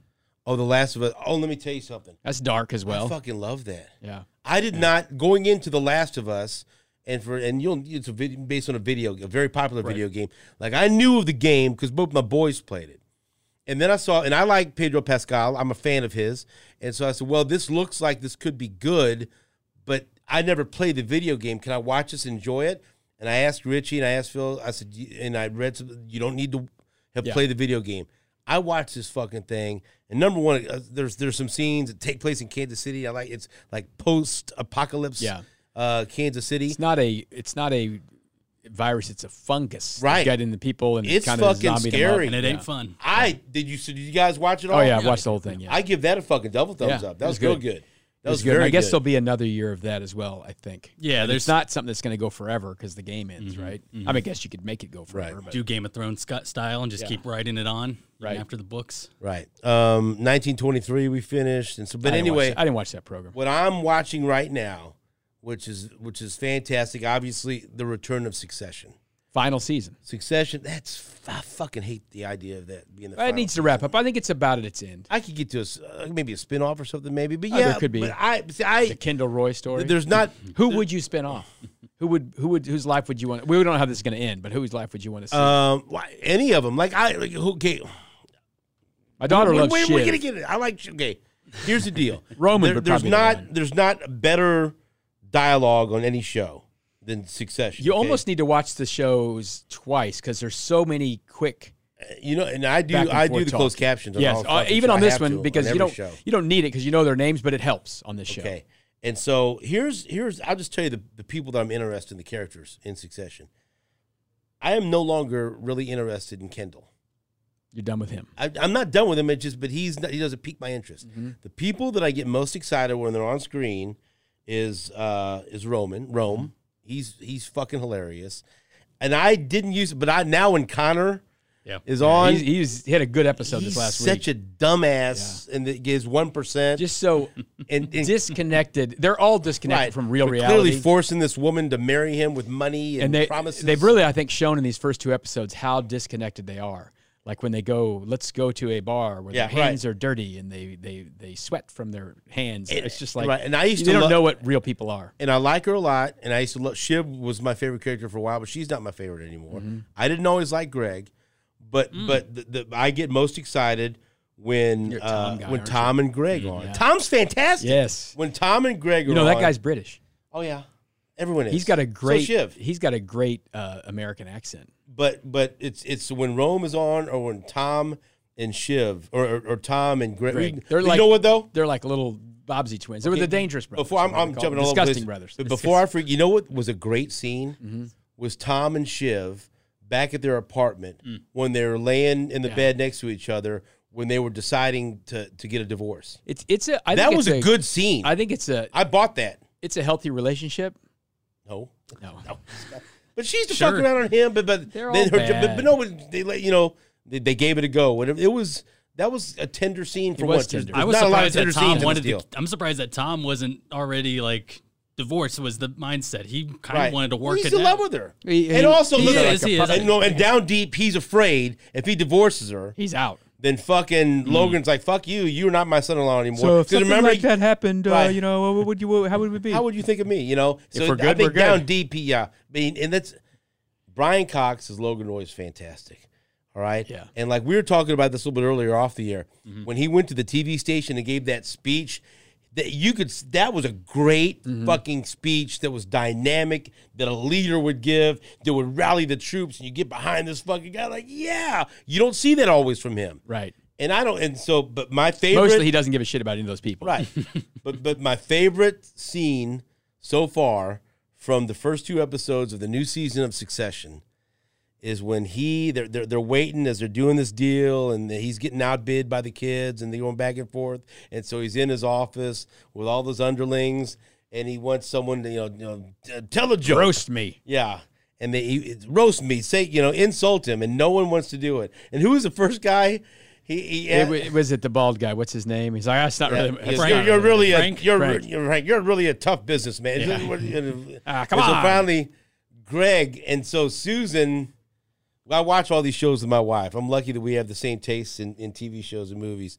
[SPEAKER 1] oh, The Last of Us. Oh, let me tell you something.
[SPEAKER 2] That's dark as
[SPEAKER 1] I
[SPEAKER 2] well.
[SPEAKER 1] fucking love that.
[SPEAKER 2] yeah.
[SPEAKER 1] I did not going into The Last of Us, and for and you'll it's a video based on a video, a very popular video game. Like I knew of the game because both my boys played it, and then I saw and I like Pedro Pascal. I'm a fan of his, and so I said, well, this looks like this could be good, but I never played the video game. Can I watch this, and enjoy it? And I asked Richie and I asked Phil. I said, "You- and I read some. You don't need to have
[SPEAKER 2] Yeah.
[SPEAKER 1] played the video game. I watched this fucking thing, and number one, uh, there's there's some scenes that take place in Kansas City. I like it's like post apocalypse,
[SPEAKER 2] Yeah.
[SPEAKER 1] uh, Kansas City.
[SPEAKER 2] It's not a it's not a virus, it's a fungus.
[SPEAKER 1] Right.
[SPEAKER 2] Getting the people and
[SPEAKER 1] It's
[SPEAKER 2] kind
[SPEAKER 1] fucking
[SPEAKER 2] of
[SPEAKER 1] scary.
[SPEAKER 3] And it
[SPEAKER 2] Yeah.
[SPEAKER 3] ain't fun.
[SPEAKER 1] I did you so did you guys watch it all?
[SPEAKER 2] Oh yeah, I watched the whole thing. Yeah,
[SPEAKER 1] I give that a fucking double thumbs
[SPEAKER 2] Yeah,
[SPEAKER 1] up.
[SPEAKER 2] it
[SPEAKER 1] That was,
[SPEAKER 2] was
[SPEAKER 1] real
[SPEAKER 2] good.
[SPEAKER 1] good. That
[SPEAKER 2] It
[SPEAKER 1] was,
[SPEAKER 2] good.
[SPEAKER 1] very
[SPEAKER 2] I guess
[SPEAKER 1] good.
[SPEAKER 2] there'll be another year of that as well. I think.
[SPEAKER 3] Yeah,
[SPEAKER 2] And it's
[SPEAKER 3] there's- Mm-hmm.
[SPEAKER 2] not something that's going to go forever because the game ends, right? I mean, I guess you could make it go forever. But
[SPEAKER 3] Do Game of Thrones Scott style and just keep writing it on even
[SPEAKER 2] Right.
[SPEAKER 3] after the books.
[SPEAKER 1] right. Um, 1923 we finished, and so but
[SPEAKER 2] I didn't watch
[SPEAKER 1] anyway,
[SPEAKER 2] that- I didn't watch that program.
[SPEAKER 1] what I'm watching right now, which is which is fantastic. Obviously, the return of Succession.
[SPEAKER 2] Final season.
[SPEAKER 1] Succession. That's I fucking hate the idea of that being the.
[SPEAKER 2] It
[SPEAKER 1] final.
[SPEAKER 2] needs to wrap up. I think it's about at its end.
[SPEAKER 1] I could get to a s- uh, maybe a spin off or something, maybe. But
[SPEAKER 2] Oh, there
[SPEAKER 1] yeah,
[SPEAKER 2] could be.
[SPEAKER 1] But I, see,
[SPEAKER 2] The
[SPEAKER 1] I
[SPEAKER 2] Kendall Roy story.
[SPEAKER 1] there's not.
[SPEAKER 2] who would you spin off? who would who would whose life would you want? We don't know how this is going to end, but whose life would you want to see?
[SPEAKER 1] Um, why- any of them like I like who- okay.
[SPEAKER 2] My daughter
[SPEAKER 1] We're,
[SPEAKER 2] loves
[SPEAKER 1] we're,
[SPEAKER 2] Shiv.
[SPEAKER 1] we're gonna get it. I like okay. Here's the deal.
[SPEAKER 2] Roman
[SPEAKER 1] There-
[SPEAKER 2] would
[SPEAKER 1] there's
[SPEAKER 2] probably
[SPEAKER 1] not
[SPEAKER 2] win.
[SPEAKER 1] there's not better dialogue on any show than Succession.
[SPEAKER 2] You
[SPEAKER 1] okay?
[SPEAKER 2] almost need to watch the shows twice because there's so many quick.
[SPEAKER 1] you know, and I do
[SPEAKER 2] back and
[SPEAKER 1] I do
[SPEAKER 2] forth
[SPEAKER 1] the
[SPEAKER 2] talk.
[SPEAKER 1] closed captions. On
[SPEAKER 2] Yes,
[SPEAKER 1] all
[SPEAKER 2] uh,
[SPEAKER 1] fucking
[SPEAKER 2] even
[SPEAKER 1] shows.
[SPEAKER 2] on
[SPEAKER 1] I
[SPEAKER 2] this
[SPEAKER 1] have to
[SPEAKER 2] one because you
[SPEAKER 1] every
[SPEAKER 2] don't
[SPEAKER 1] show.
[SPEAKER 2] you don't need it because you know their names, but it helps on this show.
[SPEAKER 1] Okay. And so here's here's I'll just tell you the, the people that I'm interested in the characters in succession. I am no longer really interested in Kendall.
[SPEAKER 2] You're done with him.
[SPEAKER 1] I, I'm not done with him. It just but he's not, he doesn't pique my interest.
[SPEAKER 2] Mm-hmm.
[SPEAKER 1] The people that I get most excited when they're on screen is uh is Roman Rome.
[SPEAKER 2] Mm-hmm.
[SPEAKER 1] He's he's fucking hilarious. And I didn't use but I now when Connor
[SPEAKER 3] Yeah.
[SPEAKER 1] is on
[SPEAKER 2] He's, he's hit a good episode
[SPEAKER 1] he's
[SPEAKER 2] this last
[SPEAKER 1] such
[SPEAKER 2] week.
[SPEAKER 1] a dumbass and that gives one percent
[SPEAKER 2] Just so
[SPEAKER 1] and, and
[SPEAKER 2] disconnected. They're all disconnected
[SPEAKER 1] Right.
[SPEAKER 2] from real
[SPEAKER 1] But
[SPEAKER 2] reality.
[SPEAKER 1] Clearly forcing this woman to marry him with money and,
[SPEAKER 2] and they
[SPEAKER 1] promises.
[SPEAKER 2] they've really, I think, shown in these first two episodes how disconnected they are. Like when they go, let's go to a bar where
[SPEAKER 1] Yeah,
[SPEAKER 2] their hands are dirty and they they they sweat from their hands.
[SPEAKER 1] And-
[SPEAKER 2] it's just like
[SPEAKER 1] right, and I used to
[SPEAKER 2] you don't
[SPEAKER 1] lo-
[SPEAKER 2] know what real people are.
[SPEAKER 1] and I like her a lot. And I used to love Shib was my favorite character for a while, but she's not my favorite anymore.
[SPEAKER 2] Mm-hmm.
[SPEAKER 1] I didn't always like Greg, but but the, the, I get most excited when
[SPEAKER 2] You're a Tom
[SPEAKER 1] uh,
[SPEAKER 2] guy,
[SPEAKER 1] when
[SPEAKER 2] aren't Mm,
[SPEAKER 1] Tom and Greg are on.
[SPEAKER 2] yeah.
[SPEAKER 1] Tom's fantastic.
[SPEAKER 2] Yes,
[SPEAKER 1] When Tom and Greg are
[SPEAKER 2] you know that
[SPEAKER 1] on-
[SPEAKER 2] guy's British.
[SPEAKER 1] Oh yeah, everyone is.
[SPEAKER 2] He's got a great
[SPEAKER 1] Shiv.
[SPEAKER 2] he's got a great uh, American accent.
[SPEAKER 1] but but it's it's when Rome is on or when Tom and Shiv or or, or Tom and Greg.
[SPEAKER 2] Greg.
[SPEAKER 1] They're
[SPEAKER 2] They're
[SPEAKER 1] you
[SPEAKER 2] like-
[SPEAKER 1] know what though?
[SPEAKER 2] They're like little Bobsey twins. They were the dangerous brothers.
[SPEAKER 1] Before I'm,
[SPEAKER 2] or what
[SPEAKER 1] I'm
[SPEAKER 2] they call
[SPEAKER 1] jumping
[SPEAKER 2] them.
[SPEAKER 1] all over
[SPEAKER 2] disgusting
[SPEAKER 1] this,
[SPEAKER 2] brothers. Mm-hmm.
[SPEAKER 1] But before I freak, you know what was a great scene was Tom and Shiv back at their apartment
[SPEAKER 2] Mm.
[SPEAKER 1] when they were laying in the bed next to each other when they were deciding to to get a divorce.
[SPEAKER 2] it's it's a I
[SPEAKER 1] That
[SPEAKER 2] think
[SPEAKER 1] was
[SPEAKER 2] it's
[SPEAKER 1] a, good scene. I,
[SPEAKER 2] I think it's a
[SPEAKER 1] bought that.
[SPEAKER 2] it's a healthy relationship.
[SPEAKER 1] No,
[SPEAKER 2] No,
[SPEAKER 1] but she used to fuck
[SPEAKER 3] Sure.
[SPEAKER 1] around on him. But but
[SPEAKER 2] They're
[SPEAKER 1] they-
[SPEAKER 2] all
[SPEAKER 1] her- But,
[SPEAKER 2] bad.
[SPEAKER 1] but no, but they let you know they, they gave it a go. Whatever it was. That was a tender scene for
[SPEAKER 2] was
[SPEAKER 1] once. There's-
[SPEAKER 2] tender.
[SPEAKER 1] there's
[SPEAKER 3] I was
[SPEAKER 1] not a lot of
[SPEAKER 3] surprised
[SPEAKER 1] tender
[SPEAKER 3] that Tom
[SPEAKER 1] scenes in this
[SPEAKER 3] wanted
[SPEAKER 1] deal.
[SPEAKER 3] to. I'm surprised that Tom wasn't already like divorced. Was the mindset he kind of wanted to work
[SPEAKER 1] He's
[SPEAKER 3] it
[SPEAKER 1] in love
[SPEAKER 3] out.
[SPEAKER 1] with her.
[SPEAKER 2] He-
[SPEAKER 1] and
[SPEAKER 2] he-
[SPEAKER 1] also,
[SPEAKER 3] he
[SPEAKER 1] look, like
[SPEAKER 3] is,
[SPEAKER 1] a
[SPEAKER 3] he is.
[SPEAKER 1] fu- and, no, and down deep, he's afraid if he divorces her,
[SPEAKER 2] he's out.
[SPEAKER 1] then fucking
[SPEAKER 3] Hmm.
[SPEAKER 1] Logan's like, "Fuck you, you're not my son-in-law anymore." Because remember,
[SPEAKER 2] that happened,
[SPEAKER 1] Right. you
[SPEAKER 2] know, what would you? How would we be?
[SPEAKER 1] how would you think of me? You know, so
[SPEAKER 2] we're
[SPEAKER 1] I
[SPEAKER 2] good,
[SPEAKER 1] think
[SPEAKER 2] we're good.
[SPEAKER 1] down deep, he, yeah. I mean, and that's Brian Cox is Logan Roy is fantastic. All right,
[SPEAKER 2] Yeah. Mm-hmm.
[SPEAKER 1] And like we were talking about this a little bit earlier off the air, when he went to the TV station and gave that speech. That you could, s- that was a great
[SPEAKER 2] Mm-hmm.
[SPEAKER 1] fucking speech that was dynamic, that a leader would give, that would rally the troops, and you get behind this fucking guy. Like, yeah, you don't see that always from him.
[SPEAKER 2] right.
[SPEAKER 1] And I don't, and so, but my favorite,
[SPEAKER 2] Mostly, he doesn't give a shit about any of those people.
[SPEAKER 1] right? but but my favorite scene so far from the first two episodes of the new season of Succession is when he they're they're, they're waiting as they're doing this deal and he's getting outbid by the kids and they're going back and forth and so he's in his office with all those underlings and he wants someone to you know, you know t- tell a joke
[SPEAKER 2] Roast me.
[SPEAKER 1] yeah. And they he- it's roast me, say, you know, insult him, and no one wants to do it. And who was the first guy? He, he
[SPEAKER 2] It, wa- it was it the bald guy? What's his name? He's like, that's not
[SPEAKER 1] yeah,
[SPEAKER 2] really.
[SPEAKER 1] you're-
[SPEAKER 2] that's not
[SPEAKER 1] you're, really a
[SPEAKER 3] Frank?
[SPEAKER 1] you're
[SPEAKER 2] Frank.
[SPEAKER 1] you're right. You're really a tough businessman.
[SPEAKER 2] Ah, come
[SPEAKER 1] And So
[SPEAKER 2] on.
[SPEAKER 1] finally, Greg and so Susan. I watch all these shows with my wife. I'm lucky that we have the same tastes in, in TV shows and movies.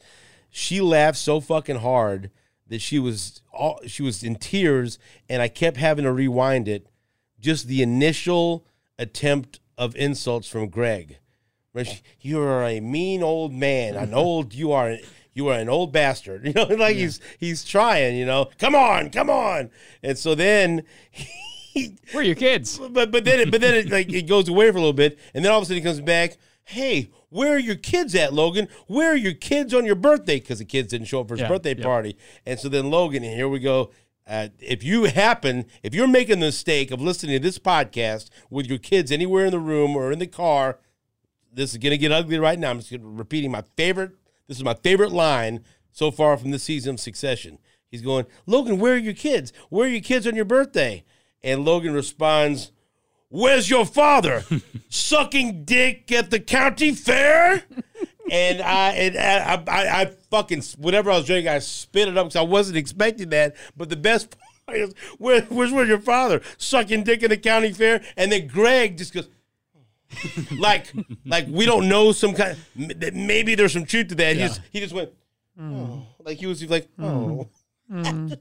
[SPEAKER 1] She laughed so fucking hard that she was all she was in tears, and I kept having to rewind it. Just the initial attempt of insults from Greg. Where she- You are a mean old man. An old you are. You are an old bastard. You know, like he's he's trying. You know, come on, come on. And so then he,
[SPEAKER 2] Where are your kids?
[SPEAKER 1] but but then it, but then it like it goes away for a little bit, and then all of a sudden he comes back. Hey, where are your kids at, Logan? Where are your kids on your birthday? Because the kids didn't show up for his
[SPEAKER 2] Yeah,
[SPEAKER 1] birthday
[SPEAKER 2] yeah.
[SPEAKER 1] party, and so then Logan, and here we go. Uh, if you happen, if you're making the mistake of listening to this podcast with your kids anywhere in the room or in the car, this is gonna get ugly right now. I'm just gonna- repeating my favorite. This is my favorite line so far from this season of Succession. He's going, Logan, where are your kids? Where are your kids on your birthday? And Logan responds, Where's your father? Sucking dick at the county fair? and I and I, I, I fucking whatever I was drinking, I spit it up because I wasn't expecting that. But the best part is, where, where's where's your father sucking dick at the county fair? And then Greg just goes, like like we don't know some kind. m- that Maybe there's some truth to that. He just he just went,
[SPEAKER 2] Hmm.
[SPEAKER 1] oh, like he was like, oh.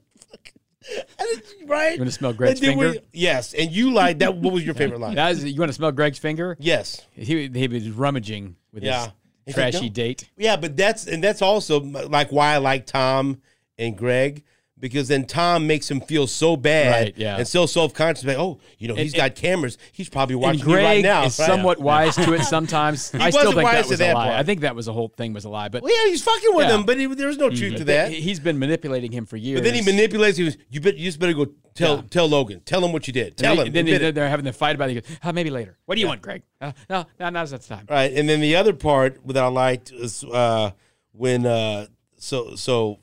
[SPEAKER 1] I didn't- right?
[SPEAKER 2] You wanna smell Greg's
[SPEAKER 1] And then we-
[SPEAKER 2] finger?
[SPEAKER 1] yes, and you lied. That what was your favorite line?
[SPEAKER 2] That is, you want to smell Greg's finger?
[SPEAKER 1] Yes.
[SPEAKER 2] He, he was rummaging with
[SPEAKER 1] Yeah.
[SPEAKER 2] his
[SPEAKER 1] He's like,
[SPEAKER 2] trashy
[SPEAKER 1] "No."
[SPEAKER 2] date.
[SPEAKER 1] Yeah, but that's and that's also m- like why I like Tom and Greg because then Tom makes him feel so bad
[SPEAKER 2] Right, yeah.
[SPEAKER 1] and so self conscious. Like, oh, you know, he's got cameras. He's probably watching
[SPEAKER 2] and
[SPEAKER 1] me
[SPEAKER 2] Greg
[SPEAKER 1] right now.
[SPEAKER 2] is
[SPEAKER 1] right?
[SPEAKER 2] somewhat wise to it sometimes. I still
[SPEAKER 1] wasn't
[SPEAKER 2] think
[SPEAKER 1] wise
[SPEAKER 2] that
[SPEAKER 1] to
[SPEAKER 2] was
[SPEAKER 1] that
[SPEAKER 2] a lie.
[SPEAKER 1] part.
[SPEAKER 2] I think that was the whole thing was a lie. But
[SPEAKER 1] Well, yeah, he's fucking with
[SPEAKER 2] Yeah. Mm-hmm.
[SPEAKER 1] him, but he, there's no truth to that.
[SPEAKER 2] he- he's been manipulating him for years.
[SPEAKER 1] but then he manipulates. He was, you bet. You just better go tell tell Logan. Tell him what you did. Tell
[SPEAKER 2] And
[SPEAKER 1] him.
[SPEAKER 2] Then,
[SPEAKER 1] admit
[SPEAKER 2] they,
[SPEAKER 1] it.
[SPEAKER 2] are having their fight about it. He goes, "Ah, maybe later. What do you want, Greg? Uh, no, no, now's not the time.
[SPEAKER 1] All right, and then the other part that I liked was uh, when uh, so so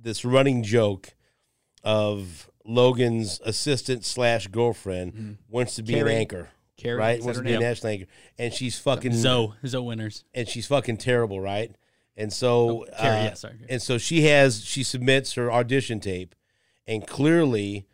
[SPEAKER 1] this running joke of Logan's assistant slash girlfriend
[SPEAKER 3] Mm-hmm.
[SPEAKER 1] wants to be
[SPEAKER 2] Carrie.
[SPEAKER 1] an anchor,
[SPEAKER 2] Carrie,
[SPEAKER 1] right?
[SPEAKER 2] is
[SPEAKER 1] Wants
[SPEAKER 2] that
[SPEAKER 1] to
[SPEAKER 2] her
[SPEAKER 1] be a
[SPEAKER 2] name?
[SPEAKER 1] national anchor, and she's fucking
[SPEAKER 3] Zoe, Zoe Winners.
[SPEAKER 1] and she's fucking terrible, right? And so
[SPEAKER 3] Oh, Carrie,
[SPEAKER 1] uh,
[SPEAKER 3] yeah, sorry.
[SPEAKER 1] and so she has she submits her audition tape, and clearly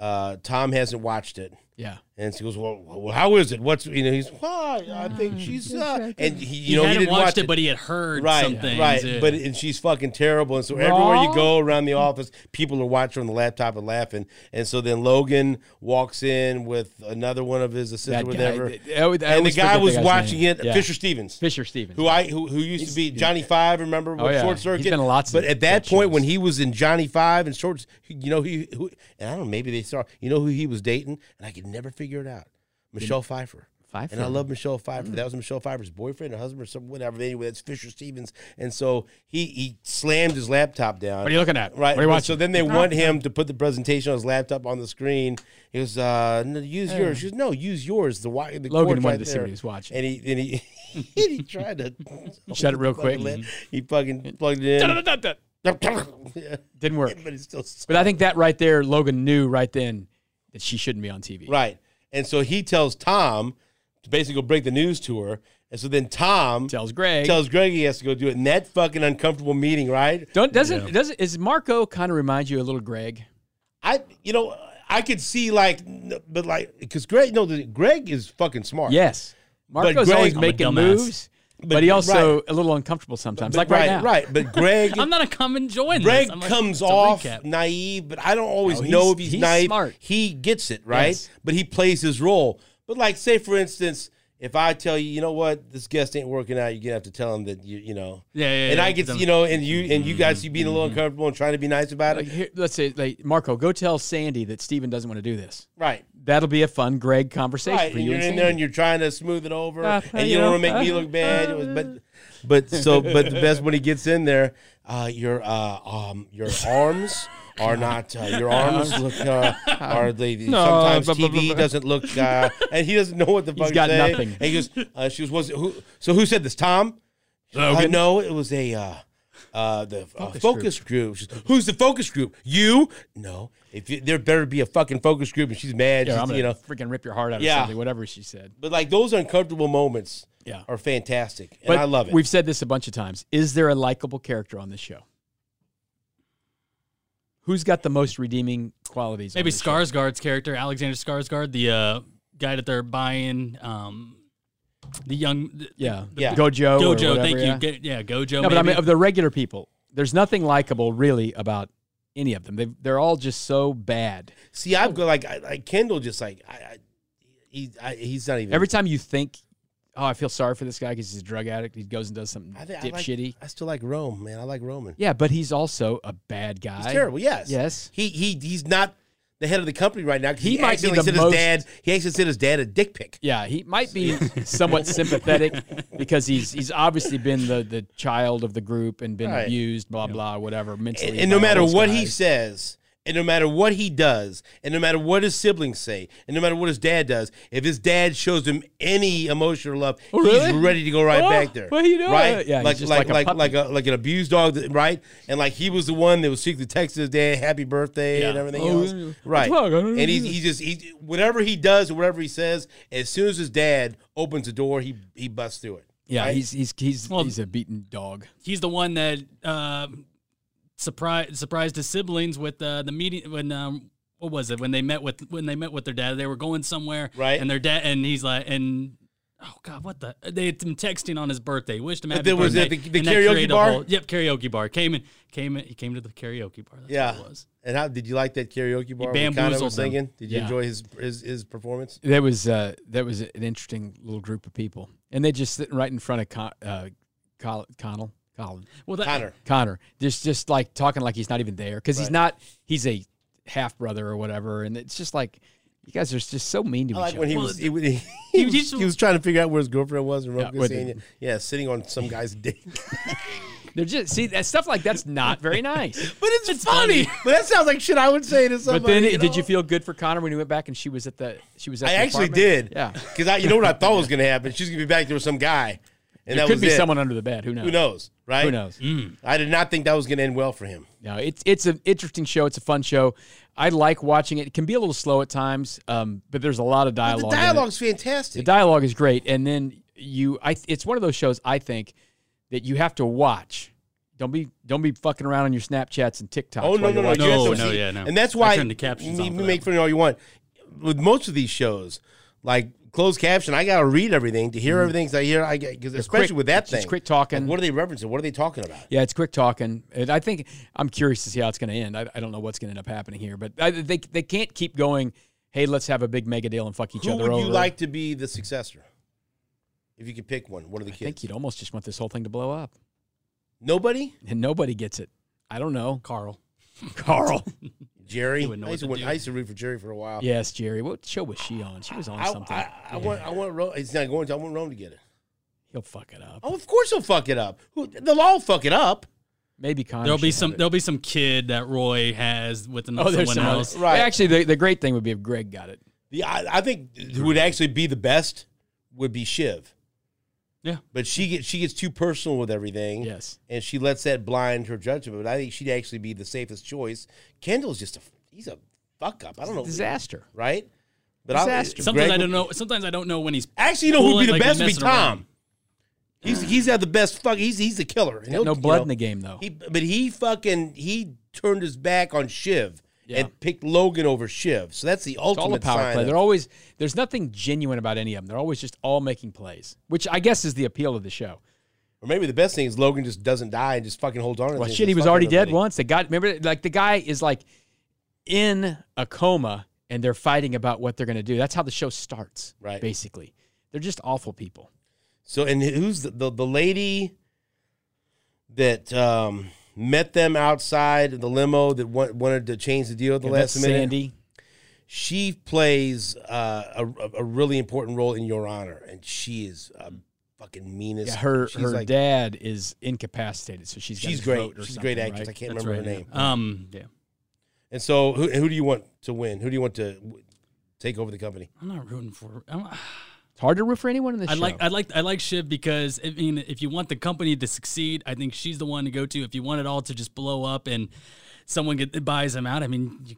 [SPEAKER 1] uh, Tom hasn't watched it.
[SPEAKER 2] Yeah.
[SPEAKER 1] And she goes, well, well, how is it? What's you know? He's, why I think she's uh, and he, you know he
[SPEAKER 3] hadn't
[SPEAKER 1] didn't
[SPEAKER 3] watched
[SPEAKER 1] watch
[SPEAKER 3] it, but he had heard
[SPEAKER 1] right,
[SPEAKER 3] some things.
[SPEAKER 1] right.
[SPEAKER 3] yeah.
[SPEAKER 1] But and she's fucking terrible, and so everywhere you
[SPEAKER 2] Raw?
[SPEAKER 1] go around the office, people are watching on the laptop and laughing. And so then Logan walks in with another one of his assistants,
[SPEAKER 2] That
[SPEAKER 1] or
[SPEAKER 2] guy,
[SPEAKER 1] whatever.
[SPEAKER 2] I- I always- I
[SPEAKER 1] and the
[SPEAKER 2] always
[SPEAKER 1] guy
[SPEAKER 2] forget the
[SPEAKER 1] was
[SPEAKER 2] guy's
[SPEAKER 1] watching
[SPEAKER 2] name.
[SPEAKER 1] it,
[SPEAKER 2] Yeah.
[SPEAKER 1] Fisher Stevens.
[SPEAKER 2] Fisher Stevens.
[SPEAKER 1] Who I who, who used to be Johnny Five? Remember with
[SPEAKER 2] Oh, yeah.
[SPEAKER 1] Short
[SPEAKER 2] He's
[SPEAKER 1] Circuit?
[SPEAKER 2] been in lots of
[SPEAKER 1] but at that
[SPEAKER 2] good
[SPEAKER 1] point, when
[SPEAKER 2] shows.
[SPEAKER 1] he was in Johnny Five and Short, you know he who and I don't know maybe they saw you know who he was dating, and I could never figure it out. Michelle Pfeiffer.
[SPEAKER 2] Pfeiffer. Hmm.
[SPEAKER 1] And I love Michelle Pfeiffer. That was Michelle Pfeiffer's boyfriend or husband or something, whatever. Anyway, that's Fisher Stevens. And so he he slammed his laptop down.
[SPEAKER 2] What are you looking at?
[SPEAKER 1] Right.
[SPEAKER 2] What are you
[SPEAKER 1] but
[SPEAKER 2] watching?
[SPEAKER 1] So then they want him to put the presentation on his laptop on the screen. He goes, uh, no, use yours. She goes, no, use yours. The, wi- the
[SPEAKER 2] Logan
[SPEAKER 1] cord's
[SPEAKER 2] wanted
[SPEAKER 1] right
[SPEAKER 2] to see
[SPEAKER 1] there.
[SPEAKER 2] what he was watching.
[SPEAKER 1] And he and he, and he tried to
[SPEAKER 2] Shut it real
[SPEAKER 1] fucking
[SPEAKER 2] quick. Mm-hmm.
[SPEAKER 1] lid. He fucking plugged it in. Yeah,
[SPEAKER 2] Didn't work.
[SPEAKER 1] but it's still
[SPEAKER 2] But I think that right there, Logan knew right then that she shouldn't be on TV.
[SPEAKER 1] Right. And so he tells Tom to basically go break the news to her. And so then Tom
[SPEAKER 2] Tells Greg.
[SPEAKER 1] tells Greg he has to go do it. And that fucking uncomfortable meeting, right?
[SPEAKER 2] Don't doesn't doesn't is Marco kind of remind you a little Greg?
[SPEAKER 1] I, you know, I could see like, n- but like, because Greg, no, the- Greg is fucking smart.
[SPEAKER 2] Yes. Marco's
[SPEAKER 1] Greg-
[SPEAKER 2] always
[SPEAKER 1] I'm a
[SPEAKER 2] making
[SPEAKER 3] dumbass.
[SPEAKER 2] moves, but, he also a little uncomfortable sometimes. like right, now.
[SPEAKER 1] right. But Greg,
[SPEAKER 3] I'm not a come enjoying
[SPEAKER 1] Greg
[SPEAKER 3] this. I'm like,
[SPEAKER 1] comes
[SPEAKER 3] it's a
[SPEAKER 1] off
[SPEAKER 3] recap.
[SPEAKER 1] naive, but I don't always
[SPEAKER 2] No,
[SPEAKER 1] know
[SPEAKER 2] he's-
[SPEAKER 1] if he's,
[SPEAKER 2] he's
[SPEAKER 1] naive.
[SPEAKER 2] smart.
[SPEAKER 1] He gets it right,
[SPEAKER 2] Yes.
[SPEAKER 1] but he plays his role. But like, say for instance, if I tell you, you know what, this guest ain't working out, you're gonna have to tell him that you, you know.
[SPEAKER 3] Yeah, yeah,
[SPEAKER 1] And
[SPEAKER 3] yeah,
[SPEAKER 1] I get,
[SPEAKER 3] tell him. Mm-hmm.
[SPEAKER 1] you know, and you and you guys, you being a little uncomfortable and trying to be nice about
[SPEAKER 2] Like
[SPEAKER 1] it,
[SPEAKER 2] here, let's say like Marco, go tell Sandy that Steven doesn't want to do this.
[SPEAKER 1] right?
[SPEAKER 2] That'll be a fun Greg conversation
[SPEAKER 1] Right.
[SPEAKER 2] for
[SPEAKER 1] And
[SPEAKER 2] you.
[SPEAKER 1] you're in
[SPEAKER 2] and
[SPEAKER 1] there
[SPEAKER 2] Sandy.
[SPEAKER 1] and you're trying to smooth it over,
[SPEAKER 2] Uh,
[SPEAKER 1] and you
[SPEAKER 2] you
[SPEAKER 1] don't
[SPEAKER 2] know,
[SPEAKER 1] want to make me
[SPEAKER 2] uh,
[SPEAKER 1] look bad. It was, but but so but the best when he gets in there, uh, your uh, um your arms. Are not uh, your
[SPEAKER 2] Uh-huh.
[SPEAKER 1] arms look uh, are they? sometimes
[SPEAKER 2] blah, blah,
[SPEAKER 1] TV
[SPEAKER 2] blah, blah.
[SPEAKER 1] doesn't look, uh, and he doesn't know what the fuck
[SPEAKER 2] got
[SPEAKER 1] he's saying.
[SPEAKER 2] nothing.
[SPEAKER 1] And he goes, uh, "She goes, was it who? So who said this? Tom? Uh, no, it was a uh, uh, the uh, focus, group. She's, Who's the focus group? You? No. If you, there better be a fucking focus group, and she's mad.
[SPEAKER 2] Yeah,
[SPEAKER 1] she's,
[SPEAKER 2] I'm gonna
[SPEAKER 1] you know,
[SPEAKER 2] freaking rip your heart out or
[SPEAKER 1] Yeah.
[SPEAKER 2] something, whatever she said.
[SPEAKER 1] but like those uncomfortable moments
[SPEAKER 2] Yeah.
[SPEAKER 1] are fantastic. And
[SPEAKER 2] But
[SPEAKER 1] I love it.
[SPEAKER 2] We've said this a bunch of times. Is there a likable character on this show? Who's got the most redeeming qualities? on
[SPEAKER 3] Maybe
[SPEAKER 2] this show?
[SPEAKER 3] Skarsgård's character, Alexander Skarsgård, the uh, guy that they're buying, um, the young the-
[SPEAKER 2] Yeah.
[SPEAKER 3] the-
[SPEAKER 1] Yeah.
[SPEAKER 2] Gojo. or
[SPEAKER 3] Gojo.
[SPEAKER 2] whatever,
[SPEAKER 3] thank you.
[SPEAKER 2] yeah.
[SPEAKER 3] Go- Yeah,
[SPEAKER 2] no,
[SPEAKER 3] Gojo.
[SPEAKER 2] but I
[SPEAKER 3] maybe.
[SPEAKER 2] mean, of the regular people, there's nothing likable really about any of them. They they're all just so bad.
[SPEAKER 1] See, I've got like I, like Kendall just like I, I he I, he's not even
[SPEAKER 2] Every time you think, oh, I feel sorry for this guy because he's a drug addict. He goes and does something
[SPEAKER 1] I think I like-
[SPEAKER 2] dipshitty.
[SPEAKER 1] I still like Rome, man. I like Roman.
[SPEAKER 2] yeah, but he's also a bad guy.
[SPEAKER 1] He's terrible. Yes.
[SPEAKER 2] Yes.
[SPEAKER 1] He he he's not the head of the company right now. 'cause
[SPEAKER 2] He might be
[SPEAKER 1] accidentally
[SPEAKER 2] the
[SPEAKER 1] sent his
[SPEAKER 2] most-
[SPEAKER 1] dad. He actually sent his dad a dick pic.
[SPEAKER 2] Yeah, he might be somewhat sympathetic because he's he's obviously been the, the child of the group and been
[SPEAKER 1] Right.
[SPEAKER 2] abused, blah blah, whatever mentally.
[SPEAKER 1] And, and no
[SPEAKER 2] by all
[SPEAKER 1] matter
[SPEAKER 2] those
[SPEAKER 1] what he
[SPEAKER 2] guys.
[SPEAKER 1] says, and no matter what he does, and no matter what his siblings say, and no matter what his dad does, if his dad shows him any emotional love,
[SPEAKER 2] Oh,
[SPEAKER 1] he's
[SPEAKER 2] really?
[SPEAKER 1] ready to go right
[SPEAKER 2] Oh,
[SPEAKER 1] back there.
[SPEAKER 2] what are you doing?
[SPEAKER 1] Right?
[SPEAKER 2] Yeah, he's
[SPEAKER 1] like
[SPEAKER 2] just
[SPEAKER 1] like like
[SPEAKER 2] like a
[SPEAKER 1] like, a, like an abused dog, that, right? And like he was the one that was secretly texting his dad happy birthday and
[SPEAKER 3] Yeah.
[SPEAKER 1] everything
[SPEAKER 2] Oh,
[SPEAKER 1] else,
[SPEAKER 2] yeah.
[SPEAKER 1] right?
[SPEAKER 2] What's wrong? I don't
[SPEAKER 1] And he's,
[SPEAKER 2] know.
[SPEAKER 1] he just he whatever he does and whatever he says, as soon as his dad opens the door, he he busts through it.
[SPEAKER 2] Yeah,
[SPEAKER 1] right?
[SPEAKER 2] he's he's he's
[SPEAKER 3] Well-
[SPEAKER 2] he's a beaten dog.
[SPEAKER 3] he's the one that uh, surprised surprised his siblings with uh, the meeting when um, what was it when they met with when they met with their dad they were going somewhere
[SPEAKER 1] Right.
[SPEAKER 3] and their dad and he's like and oh god what the they had been texting on his birthday wished him happy
[SPEAKER 1] then was
[SPEAKER 3] birthday
[SPEAKER 1] it the- the
[SPEAKER 3] and that
[SPEAKER 1] karaoke
[SPEAKER 3] created a
[SPEAKER 1] bar?
[SPEAKER 3] whole- yep karaoke bar came in came in, he came to the karaoke bar that's
[SPEAKER 1] Yeah.
[SPEAKER 3] what it was
[SPEAKER 1] And how did you like that karaoke bar? when Conno
[SPEAKER 3] bamboozled
[SPEAKER 1] was
[SPEAKER 3] them.
[SPEAKER 1] singing. Did you
[SPEAKER 2] Yeah.
[SPEAKER 1] enjoy his his, his performance?
[SPEAKER 2] That was uh, that was an interesting little group of people, and they just sitting right in front of Con- uh, Col- Connell, Colin,
[SPEAKER 3] well that
[SPEAKER 1] Connor.
[SPEAKER 2] Connor, just just like talking like he's not even there because he's
[SPEAKER 1] Right.
[SPEAKER 2] not. He's a half brother or whatever, and it's just like you guys are just so mean to
[SPEAKER 1] I
[SPEAKER 2] each
[SPEAKER 1] like
[SPEAKER 2] other.
[SPEAKER 1] when he
[SPEAKER 3] Well,
[SPEAKER 1] was he, was- he,
[SPEAKER 3] he
[SPEAKER 1] was,
[SPEAKER 3] just-
[SPEAKER 1] he was trying to figure out where his girlfriend was and Roku
[SPEAKER 2] with
[SPEAKER 1] saying,
[SPEAKER 2] it.
[SPEAKER 1] yeah, sitting on some guy's dick.
[SPEAKER 2] They're just see that stuff like that's not very nice.
[SPEAKER 1] But it's, funny. but that sounds like shit I would say to somebody.
[SPEAKER 2] But then,
[SPEAKER 1] you
[SPEAKER 2] it- did
[SPEAKER 1] know?
[SPEAKER 2] you feel good for Connor when he went back and she was at the she was? At
[SPEAKER 1] I
[SPEAKER 2] the
[SPEAKER 1] actually did.
[SPEAKER 2] apartment? Yeah,
[SPEAKER 1] Because I, you know what I thought was going to happen? She's going to be back there with some guy, and that
[SPEAKER 2] it could
[SPEAKER 1] was
[SPEAKER 2] be
[SPEAKER 1] it.
[SPEAKER 2] someone under the bed. Who knows?
[SPEAKER 1] Who knows? Right?
[SPEAKER 2] Who knows?
[SPEAKER 1] I did not think that was going to end well for him.
[SPEAKER 2] No, it's it's an interesting show. It's a fun show. I like watching it. It can be a little slow at times, um, but there's a lot of dialogue.
[SPEAKER 1] The
[SPEAKER 2] in it.
[SPEAKER 1] dialogue's
[SPEAKER 2] The
[SPEAKER 1] fantastic.
[SPEAKER 2] dialogue is great, and then you, I, it's one of those shows I think that you have to watch. Don't be don't be fucking around on your Snapchats and TikToks.
[SPEAKER 1] Oh no no
[SPEAKER 2] while
[SPEAKER 1] no
[SPEAKER 2] you're watching
[SPEAKER 1] you have
[SPEAKER 3] No,
[SPEAKER 1] to
[SPEAKER 3] no,
[SPEAKER 1] see-
[SPEAKER 3] yeah, no.
[SPEAKER 1] And that's
[SPEAKER 3] I
[SPEAKER 1] why
[SPEAKER 3] turned the captions
[SPEAKER 1] you
[SPEAKER 3] on for
[SPEAKER 1] you
[SPEAKER 3] that
[SPEAKER 1] make fun of all you want. with most of these shows, like closed caption, I gotta read everything to hear
[SPEAKER 3] Mm-hmm.
[SPEAKER 1] everything. 'cause I hear, I get, cause especially
[SPEAKER 2] quick.
[SPEAKER 1] with that
[SPEAKER 2] It's
[SPEAKER 1] thing,
[SPEAKER 2] just quick talking.
[SPEAKER 1] Like, what are they referencing? What are they talking about?
[SPEAKER 2] Yeah, it's quick talking. And I think I'm curious to see how it's going to end. I, I don't know what's going to end up happening here, but I, they they can't keep going. Hey, let's have a big mega deal and fuck each
[SPEAKER 1] Who
[SPEAKER 2] other
[SPEAKER 1] would
[SPEAKER 2] over.
[SPEAKER 1] you like to be the successor? If you could pick one, one of the
[SPEAKER 2] I
[SPEAKER 1] kids.
[SPEAKER 2] think you'd almost just want this whole thing to blow up,
[SPEAKER 1] Nobody?
[SPEAKER 2] and nobody gets it. I don't know,
[SPEAKER 3] Carl.
[SPEAKER 2] Carl.
[SPEAKER 1] Jerry.
[SPEAKER 3] wouldn't know
[SPEAKER 1] I
[SPEAKER 3] what
[SPEAKER 1] used, to,
[SPEAKER 3] to
[SPEAKER 1] win-
[SPEAKER 3] do.
[SPEAKER 1] I used to root for Jerry for a while.
[SPEAKER 2] yes, Jerry. What show was she on? She was on
[SPEAKER 1] I,
[SPEAKER 2] something.
[SPEAKER 1] I, I want. I want. Rome, it's not going to. I want Rome to get it.
[SPEAKER 2] He'll fuck it up.
[SPEAKER 1] Oh, of course he'll fuck it up. Who, they'll all fuck it up.
[SPEAKER 2] Maybe Connor.
[SPEAKER 3] There'll be
[SPEAKER 2] should
[SPEAKER 3] some.
[SPEAKER 2] have it.
[SPEAKER 3] There'll be some kid that Roy has with another
[SPEAKER 2] Oh, there's
[SPEAKER 3] someone
[SPEAKER 2] some other-
[SPEAKER 3] else.
[SPEAKER 1] Right.
[SPEAKER 2] Actually, the, the great thing would be if Greg got it.
[SPEAKER 1] The, I, I think who would actually be the best would be Shiv.
[SPEAKER 3] Yeah.
[SPEAKER 1] But she gets she gets too personal with everything.
[SPEAKER 2] Yes.
[SPEAKER 1] And she lets that blind her judgment. But I think she'd actually be the safest choice. Kendall's just a he's a fuck up. I don't know.
[SPEAKER 2] Disaster.
[SPEAKER 1] Right? But
[SPEAKER 2] Disaster.
[SPEAKER 3] Sometimes
[SPEAKER 1] Greg
[SPEAKER 3] I don't
[SPEAKER 1] would-
[SPEAKER 3] know. Sometimes I don't know when he's.
[SPEAKER 1] Actually, you know who'd
[SPEAKER 3] Cool,
[SPEAKER 1] be the
[SPEAKER 3] like,
[SPEAKER 1] best would be
[SPEAKER 3] messing
[SPEAKER 1] Tom.
[SPEAKER 3] around.
[SPEAKER 1] He's he's had the best fuck. He's he's the killer. And he'll-
[SPEAKER 2] No
[SPEAKER 1] you
[SPEAKER 2] blood
[SPEAKER 1] know,
[SPEAKER 2] in the game though.
[SPEAKER 1] He, but he fucking he turned his back on Shiv
[SPEAKER 2] Yeah.
[SPEAKER 1] and picked Logan over Shiv. So that's the
[SPEAKER 2] It's all a
[SPEAKER 1] ultimate
[SPEAKER 2] power
[SPEAKER 1] sign
[SPEAKER 2] play.
[SPEAKER 1] of-
[SPEAKER 2] They're always there's nothing genuine about any of them. They're always just all making plays, which I guess is the appeal of the show.
[SPEAKER 1] Or maybe the best thing is Logan just doesn't die and just fucking holds on. to
[SPEAKER 2] Well,
[SPEAKER 1] things
[SPEAKER 2] shit, he
[SPEAKER 1] and
[SPEAKER 2] was
[SPEAKER 1] fuck
[SPEAKER 2] already dead
[SPEAKER 1] everybody.
[SPEAKER 2] once. The guy, remember, like the guy is like in a coma and they're fighting about what they're going to do. That's how the show starts,
[SPEAKER 1] Right.
[SPEAKER 2] Basically, they're just awful people.
[SPEAKER 1] So, and who's the the, the lady that um, met them outside of the limo that wa- wanted to change the deal at the
[SPEAKER 2] And
[SPEAKER 1] last
[SPEAKER 2] that's
[SPEAKER 1] minute?
[SPEAKER 2] Sandy.
[SPEAKER 1] She plays uh, a- a, a really important role in Your Honor, and she is um, fucking meanest.
[SPEAKER 2] Yeah, her
[SPEAKER 1] she's
[SPEAKER 2] her
[SPEAKER 1] like,
[SPEAKER 2] dad is incapacitated, so she's got
[SPEAKER 1] she's
[SPEAKER 2] his
[SPEAKER 1] great.
[SPEAKER 2] vote or
[SPEAKER 1] She's a
[SPEAKER 2] something,
[SPEAKER 1] great actress. I
[SPEAKER 2] right?
[SPEAKER 1] can't
[SPEAKER 3] That's
[SPEAKER 1] remember
[SPEAKER 3] right,
[SPEAKER 1] her name.
[SPEAKER 3] yeah. Um. Yeah.
[SPEAKER 1] And so, who, who do you want to win? Who do you want to w- take over the company?
[SPEAKER 3] I'm not rooting for. I'm,
[SPEAKER 2] It's hard to root for anyone in this
[SPEAKER 3] I
[SPEAKER 2] show.
[SPEAKER 3] like. I like. I like Shiv because I mean, if you want the company to succeed, I think she's the one to go to. If you want it all to just blow up and someone get, buys him out, I mean, you,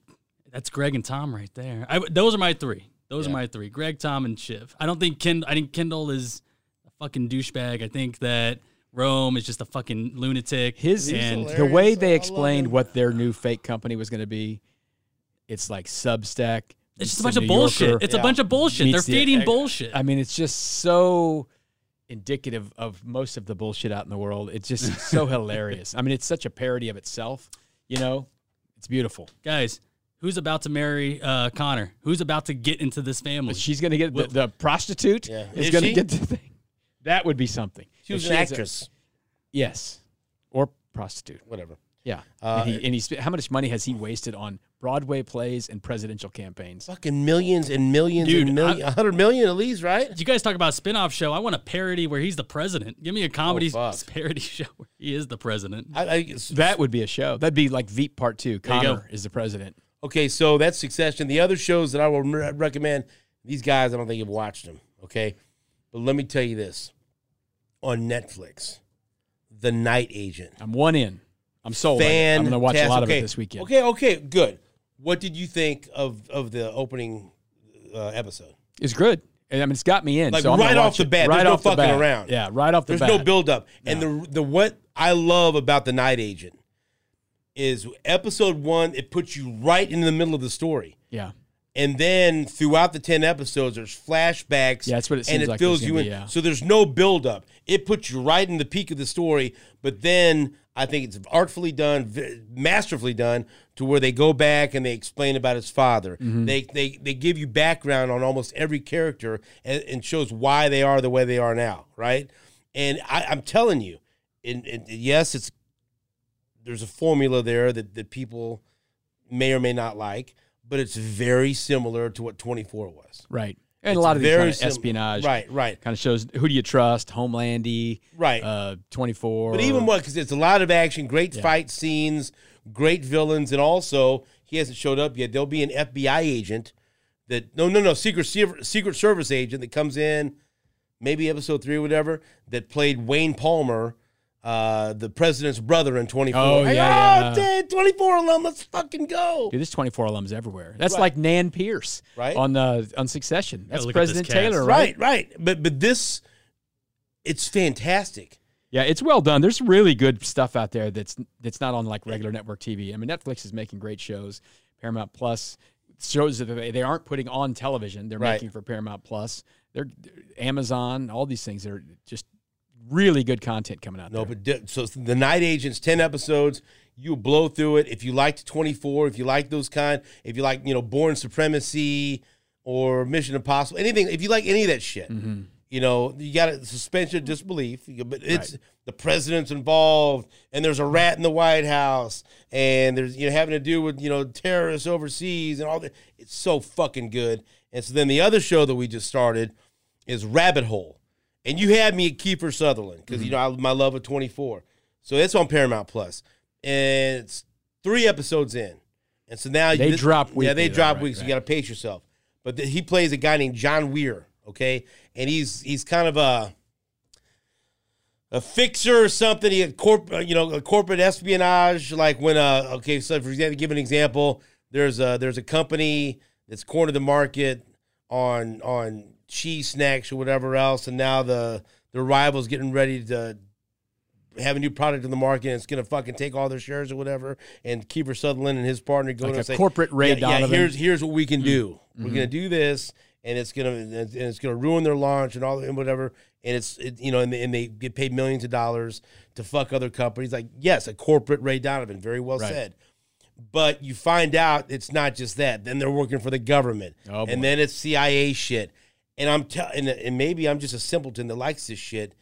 [SPEAKER 3] that's Greg and Tom right there. I, would- those are my three. Those are my three: Greg, Tom, and Shiv. I don't think Ken. I think Kendall is a fucking douchebag. I think that Rome is just a fucking lunatic.
[SPEAKER 2] His
[SPEAKER 3] and
[SPEAKER 2] the way
[SPEAKER 1] hilarious. I
[SPEAKER 2] they
[SPEAKER 1] love
[SPEAKER 2] explained
[SPEAKER 1] him.
[SPEAKER 2] what their new fake company was going to be, it's like Substack.
[SPEAKER 3] it's
[SPEAKER 2] meets
[SPEAKER 3] just a bunch
[SPEAKER 2] the
[SPEAKER 3] of
[SPEAKER 2] New
[SPEAKER 3] bullshit.
[SPEAKER 2] Yorker.
[SPEAKER 3] It's
[SPEAKER 1] Yeah.
[SPEAKER 3] a bunch of bullshit. They're
[SPEAKER 2] Meets the-
[SPEAKER 3] feeding bullshit.
[SPEAKER 2] I mean, it's just so indicative of most of the bullshit out in the world. It's just so hilarious. I mean, it's such a parody of itself. You know, it's beautiful.
[SPEAKER 3] guys, who's about to marry uh, Connor? Who's about to get into this family?
[SPEAKER 2] But she's going to get the, the prostitute
[SPEAKER 1] Yeah.
[SPEAKER 2] is
[SPEAKER 1] Is
[SPEAKER 2] going to
[SPEAKER 1] she?
[SPEAKER 2] get the thing. That would be something.
[SPEAKER 1] She
[SPEAKER 2] If
[SPEAKER 1] was an
[SPEAKER 2] is a-
[SPEAKER 1] actress.
[SPEAKER 2] yes, or prostitute.
[SPEAKER 1] Whatever.
[SPEAKER 2] Yeah.
[SPEAKER 1] Uh,
[SPEAKER 2] and he, and he spent, how much money has he wasted on Broadway plays and presidential campaigns?
[SPEAKER 1] Fucking millions and millions
[SPEAKER 3] Dude,
[SPEAKER 1] and millions, hundred million at least, right?
[SPEAKER 3] you guys talk about a spin-off show. I want a parody where he's the president. Give me a comedy
[SPEAKER 1] Oh, fuck.
[SPEAKER 3] s- parody show where he is the president.
[SPEAKER 1] I, I, s-
[SPEAKER 2] That would be a show. That'd be like Veep Part Two.
[SPEAKER 3] you go.
[SPEAKER 2] Connor is the president.
[SPEAKER 1] okay, so that's Succession. The other shows that I will re- recommend, these guys, I don't think you've watched them. Okay, but let me tell you this: on Netflix, The Night Agent.
[SPEAKER 2] I'm one in. I'm sold. on it.
[SPEAKER 1] Fan,
[SPEAKER 2] I'm going to watch a lot of it this weekend.
[SPEAKER 1] Okay, okay, good. What did you think of of the opening uh, episode?
[SPEAKER 2] It's good. And, I mean, it's got me in.
[SPEAKER 1] Like,
[SPEAKER 2] so I'm gonna
[SPEAKER 1] right off
[SPEAKER 2] watch
[SPEAKER 1] the
[SPEAKER 2] it.
[SPEAKER 1] bat.
[SPEAKER 2] Right
[SPEAKER 1] There's no
[SPEAKER 2] off the
[SPEAKER 1] fucking
[SPEAKER 2] bat.
[SPEAKER 1] around.
[SPEAKER 2] Yeah, right off the
[SPEAKER 1] There's
[SPEAKER 2] bat.
[SPEAKER 1] no build up. And the the what I love about the Night Agent is episode 1 it puts you right in the middle of the story.
[SPEAKER 2] Yeah,
[SPEAKER 1] And then throughout the 10 episodes there's flashbacks
[SPEAKER 2] Yeah, that's what it
[SPEAKER 1] and
[SPEAKER 2] seems
[SPEAKER 1] it
[SPEAKER 2] like
[SPEAKER 1] fills
[SPEAKER 2] there's
[SPEAKER 1] you
[SPEAKER 2] gonna
[SPEAKER 1] in.
[SPEAKER 2] be, yeah.
[SPEAKER 1] So there's no build up. It puts you right in the peak of the story, but then I think it's artfully done, v- masterfully done to where they go back and they explain about his father.
[SPEAKER 2] Mm-hmm.
[SPEAKER 1] They, they they give you background on almost every character and, and shows why they are the way they are now, right? And I, I'm telling you, and, and yes, it's there's a formula there that, that people may or may not like, but it's very similar to what 24 was.
[SPEAKER 2] right. And
[SPEAKER 1] It's
[SPEAKER 2] a lot of these
[SPEAKER 1] very
[SPEAKER 2] kind of
[SPEAKER 1] sim-
[SPEAKER 2] espionage
[SPEAKER 1] Right, right,
[SPEAKER 2] kind of shows who do you trust, Homelandy,
[SPEAKER 1] right.
[SPEAKER 2] uh, 24.
[SPEAKER 1] but even what, because it's a lot of action, great fight scenes, great villains, and also he hasn't showed up yet. There'll be an FBI agent that, no, no, no, Secret, Serv- Secret Service agent that comes in, maybe episode three or whatever, that played Wayne Palmer. Uh, the president's brother in 24.
[SPEAKER 2] Oh,
[SPEAKER 1] Hey,
[SPEAKER 2] yeah,
[SPEAKER 1] oh,
[SPEAKER 2] yeah.
[SPEAKER 1] dude, 24 alum, let's fucking go.
[SPEAKER 2] Dude, there's 24 alums everywhere. That's like Nan Pierce
[SPEAKER 1] Right.
[SPEAKER 2] on uh, on Succession. That's
[SPEAKER 3] look at this
[SPEAKER 2] President
[SPEAKER 3] cast.
[SPEAKER 2] Taylor,
[SPEAKER 1] right,
[SPEAKER 2] right?
[SPEAKER 1] right. But but this, it's fantastic.
[SPEAKER 2] Yeah, it's well done. There's really good stuff out there that's that's not on like regular network TV. I mean, Netflix is making great shows. Paramount Plus, shows that they, they aren't putting on television. They're
[SPEAKER 1] Right.
[SPEAKER 2] making for Paramount Plus. They're Amazon, all these things. They're just really good content coming out.
[SPEAKER 1] No,
[SPEAKER 2] there.
[SPEAKER 1] but di- so the Night Agents, ten episodes. You blow through it. If you liked Twenty Four, if you like those kind, if you like you know Born Supremacy or Mission Impossible, anything. If you like any of that shit,
[SPEAKER 2] Mm-hmm.
[SPEAKER 1] you know you got to suspend your disbelief. You- But it's the president's involved, and there's a rat in the White House, and there's you know having to do with you know terrorists overseas and all that. It's so fucking good. And so then the other show that we just started is Rabbit Hole. And you had me at Kiefer Sutherland
[SPEAKER 2] Mm-hmm.
[SPEAKER 1] because you know I, my love of 24. So it's on Paramount Plus, and it's three episodes in, and so now
[SPEAKER 2] They drop
[SPEAKER 1] Yeah,
[SPEAKER 2] weekly,
[SPEAKER 1] they
[SPEAKER 2] though,
[SPEAKER 1] drop
[SPEAKER 2] right,
[SPEAKER 1] weeks.
[SPEAKER 2] right.
[SPEAKER 1] You got to pace yourself. But th- he plays a guy named John Weir, okay, and he's he's kind of a a fixer or something. He had corp, uh, you know, a corporate espionage. Like when, uh, okay, so for example, give an example. There's a there's a company that's cornered the market on on cheese snacks or whatever else, and now the the rival's getting ready to have a new product in the market and it's going to fucking take all their shares or whatever. And Kiefer Sutherland and his partner go
[SPEAKER 2] Like
[SPEAKER 1] in
[SPEAKER 2] a
[SPEAKER 1] and say,
[SPEAKER 2] corporate Ray
[SPEAKER 1] yeah, yeah,
[SPEAKER 2] Donovan. Mm. Mm-hmm.
[SPEAKER 1] here's here's what we can do. We're going to do this, and it's going to and it's going to ruin their launch and all and whatever. And it's it, you know, and they, and they get paid millions of dollars to fuck other companies. Like yes, a corporate Ray Donovan, very well
[SPEAKER 2] Right.
[SPEAKER 1] said. But you find out it's not just that. Then they're working for the government,
[SPEAKER 2] Oh, boy.
[SPEAKER 1] and then it's CIA shit. And I'm telling, and maybe I'm just a simpleton that likes this shit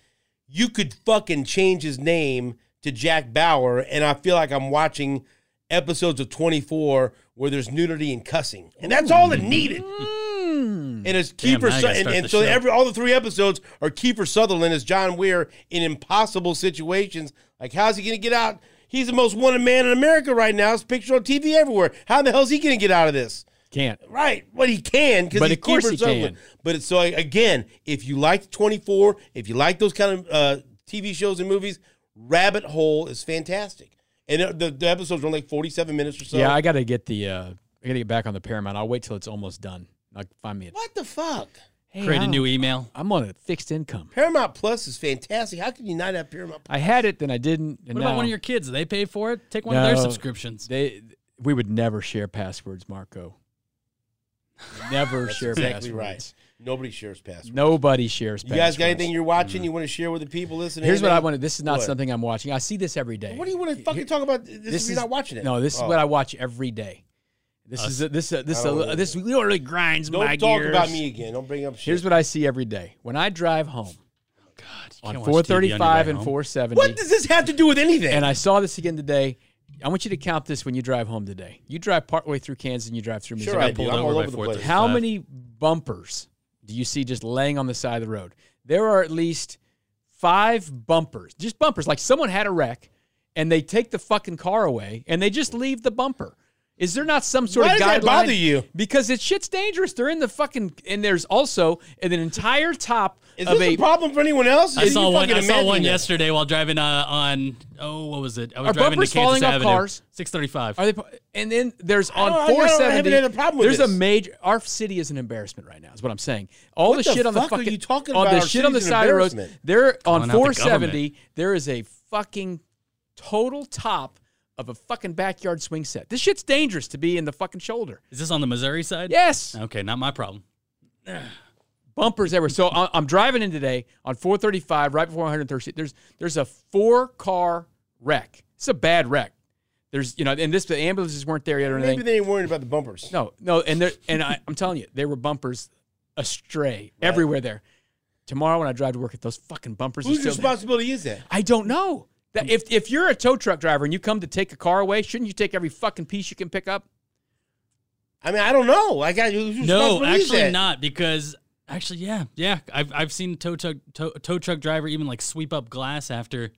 [SPEAKER 1] you could fucking change his name to Jack Bauer, and I feel like I'm watching episodes of 24 where there's nudity and cussing, and that's all it needed. And it's
[SPEAKER 3] Damn, now
[SPEAKER 1] Kiefer,
[SPEAKER 3] I
[SPEAKER 1] Su-
[SPEAKER 3] gotta
[SPEAKER 1] and,
[SPEAKER 3] start
[SPEAKER 1] and
[SPEAKER 3] the
[SPEAKER 1] so
[SPEAKER 3] show.
[SPEAKER 1] every all the three episodes are Kiefer Sutherland as John Weir in impossible situations. Like, how's he gonna get out? He's the most wanted man in America right now. It's picture on TV everywhere. How the hell's he gonna get out of this?
[SPEAKER 2] can't.
[SPEAKER 1] Right. Well, he can because
[SPEAKER 2] But
[SPEAKER 1] he's
[SPEAKER 2] of course
[SPEAKER 1] Kiefer
[SPEAKER 2] he
[SPEAKER 1] Sutherland.
[SPEAKER 2] can.
[SPEAKER 1] But it's, so again, if you liked 24, if you like those kind of uh, TV shows and movies, Rabbit Hole is fantastic. And uh, the, the episodes are only like 47 minutes or so.
[SPEAKER 2] yeah, I got to get the. Uh, I got to get back on the Paramount. I'll wait till it's almost done. Like find me. A,
[SPEAKER 1] what the fuck?
[SPEAKER 2] Hey,
[SPEAKER 3] Create a
[SPEAKER 2] I'm-
[SPEAKER 3] new e- email.
[SPEAKER 2] I'm on a fixed income.
[SPEAKER 1] Paramount Plus is fantastic. How can you not have Paramount Plus?
[SPEAKER 2] I had it, then I didn't. And
[SPEAKER 3] What about
[SPEAKER 2] now-
[SPEAKER 3] one of your kids? Do they pay for it? Take one of their
[SPEAKER 2] No.
[SPEAKER 3] subscriptions.
[SPEAKER 2] They we would never share passwords, Marco. Never share
[SPEAKER 1] exactly
[SPEAKER 2] passwords.
[SPEAKER 1] Nobody shares passwords.
[SPEAKER 2] Nobody shares
[SPEAKER 1] You
[SPEAKER 2] passwords. Mm.
[SPEAKER 1] guys got anything you're watching you want to share with the people listening?
[SPEAKER 2] Here's what I
[SPEAKER 1] Anything?
[SPEAKER 2] wanted. This is not
[SPEAKER 1] What?
[SPEAKER 2] something I'm watching. I see this every day.
[SPEAKER 1] What do you want to fucking talk about? This,
[SPEAKER 2] This
[SPEAKER 1] if you're
[SPEAKER 2] is-
[SPEAKER 1] not watching it.
[SPEAKER 2] No, this is
[SPEAKER 1] Oh.
[SPEAKER 2] what I watch every day. This is a, this a, this
[SPEAKER 1] I don't
[SPEAKER 2] a,
[SPEAKER 1] really-
[SPEAKER 2] this literally grinds
[SPEAKER 1] Don't
[SPEAKER 2] my
[SPEAKER 1] talk
[SPEAKER 2] gears.
[SPEAKER 1] about me again. Don't bring up shit.
[SPEAKER 2] Here's what I see every day when I drive home
[SPEAKER 3] God, you
[SPEAKER 2] on
[SPEAKER 3] can't watch TV your
[SPEAKER 2] 435
[SPEAKER 3] way
[SPEAKER 2] and
[SPEAKER 3] home.
[SPEAKER 2] 470.
[SPEAKER 1] what does this have to do with anything?
[SPEAKER 2] And I saw this again today. I want you to count this when you drive home today. You drive partway through Kansas and you drive through Missouri.
[SPEAKER 1] sure I do.
[SPEAKER 3] pulled
[SPEAKER 1] I'm
[SPEAKER 3] over
[SPEAKER 1] all
[SPEAKER 3] by
[SPEAKER 1] over the place.
[SPEAKER 3] 435.
[SPEAKER 2] How
[SPEAKER 3] Five.
[SPEAKER 2] many bumpers do you see just laying on the side of the road? There are at least five bumpers, just bumpers. Like someone had a wreck and they take the fucking car away and they just leave the bumper. Is there not some sort
[SPEAKER 1] Why
[SPEAKER 2] of
[SPEAKER 1] does that
[SPEAKER 2] guideline?
[SPEAKER 1] bother you?
[SPEAKER 2] Because it shit's dangerous. They're in the fucking and there's also an entire top
[SPEAKER 1] Is
[SPEAKER 2] of
[SPEAKER 1] this a,
[SPEAKER 2] a
[SPEAKER 1] problem for anyone else?
[SPEAKER 3] I saw one. I saw one
[SPEAKER 1] yesterday.
[SPEAKER 3] yesterday while driving uh, on. Oh, what was it? I was
[SPEAKER 2] Are
[SPEAKER 3] driving to
[SPEAKER 2] bumpers
[SPEAKER 3] Kansas
[SPEAKER 2] falling off
[SPEAKER 3] Avenue.
[SPEAKER 2] cars?
[SPEAKER 3] Six thirty-five.
[SPEAKER 2] Are they? And then there's
[SPEAKER 1] don't- I
[SPEAKER 2] on
[SPEAKER 1] don't have
[SPEAKER 2] 470.
[SPEAKER 1] any problem with
[SPEAKER 2] there's
[SPEAKER 1] this.
[SPEAKER 2] a major. Our city is an embarrassment right now. Is what I'm saying. All the,
[SPEAKER 1] the
[SPEAKER 2] shit on the
[SPEAKER 1] fuck are
[SPEAKER 2] fucking
[SPEAKER 1] you talking
[SPEAKER 2] on
[SPEAKER 1] about?
[SPEAKER 2] the
[SPEAKER 1] Our
[SPEAKER 2] shit on the
[SPEAKER 1] city's an
[SPEAKER 2] side of roads.
[SPEAKER 1] embarrassment.
[SPEAKER 2] They're on
[SPEAKER 3] out the
[SPEAKER 2] 470. there is a fucking total top of a fucking backyard swing set. This shit's dangerous to be in the fucking shoulder.
[SPEAKER 3] Is this on the Missouri side?
[SPEAKER 2] Yes,
[SPEAKER 3] Okay, not my problem.
[SPEAKER 2] bumpers everywhere. So I- I'm driving in today on 435, right before 130. There's there's a four car wreck. It's a bad wreck. There's you know, and this the ambulances weren't there yet or anything.
[SPEAKER 1] Maybe they ain't worried about the bumpers.
[SPEAKER 2] No, no, and there, and I, I'm telling you, there were bumpers astray everywhere there. Tomorrow when I drive to work, if those fucking bumpers are
[SPEAKER 1] Whose
[SPEAKER 2] still there,
[SPEAKER 1] responsibility is that?
[SPEAKER 2] I don't know. That if if you're a tow truck driver and you come to take a car away, shouldn't you take every fucking piece you can pick up?
[SPEAKER 1] I mean, I don't know. Like, I got whose
[SPEAKER 3] No,
[SPEAKER 1] responsibility is
[SPEAKER 3] actually
[SPEAKER 1] that?
[SPEAKER 3] not because actually yeah yeah I've I've seen tow truck tow, tow truck driver even like sweep up glass after.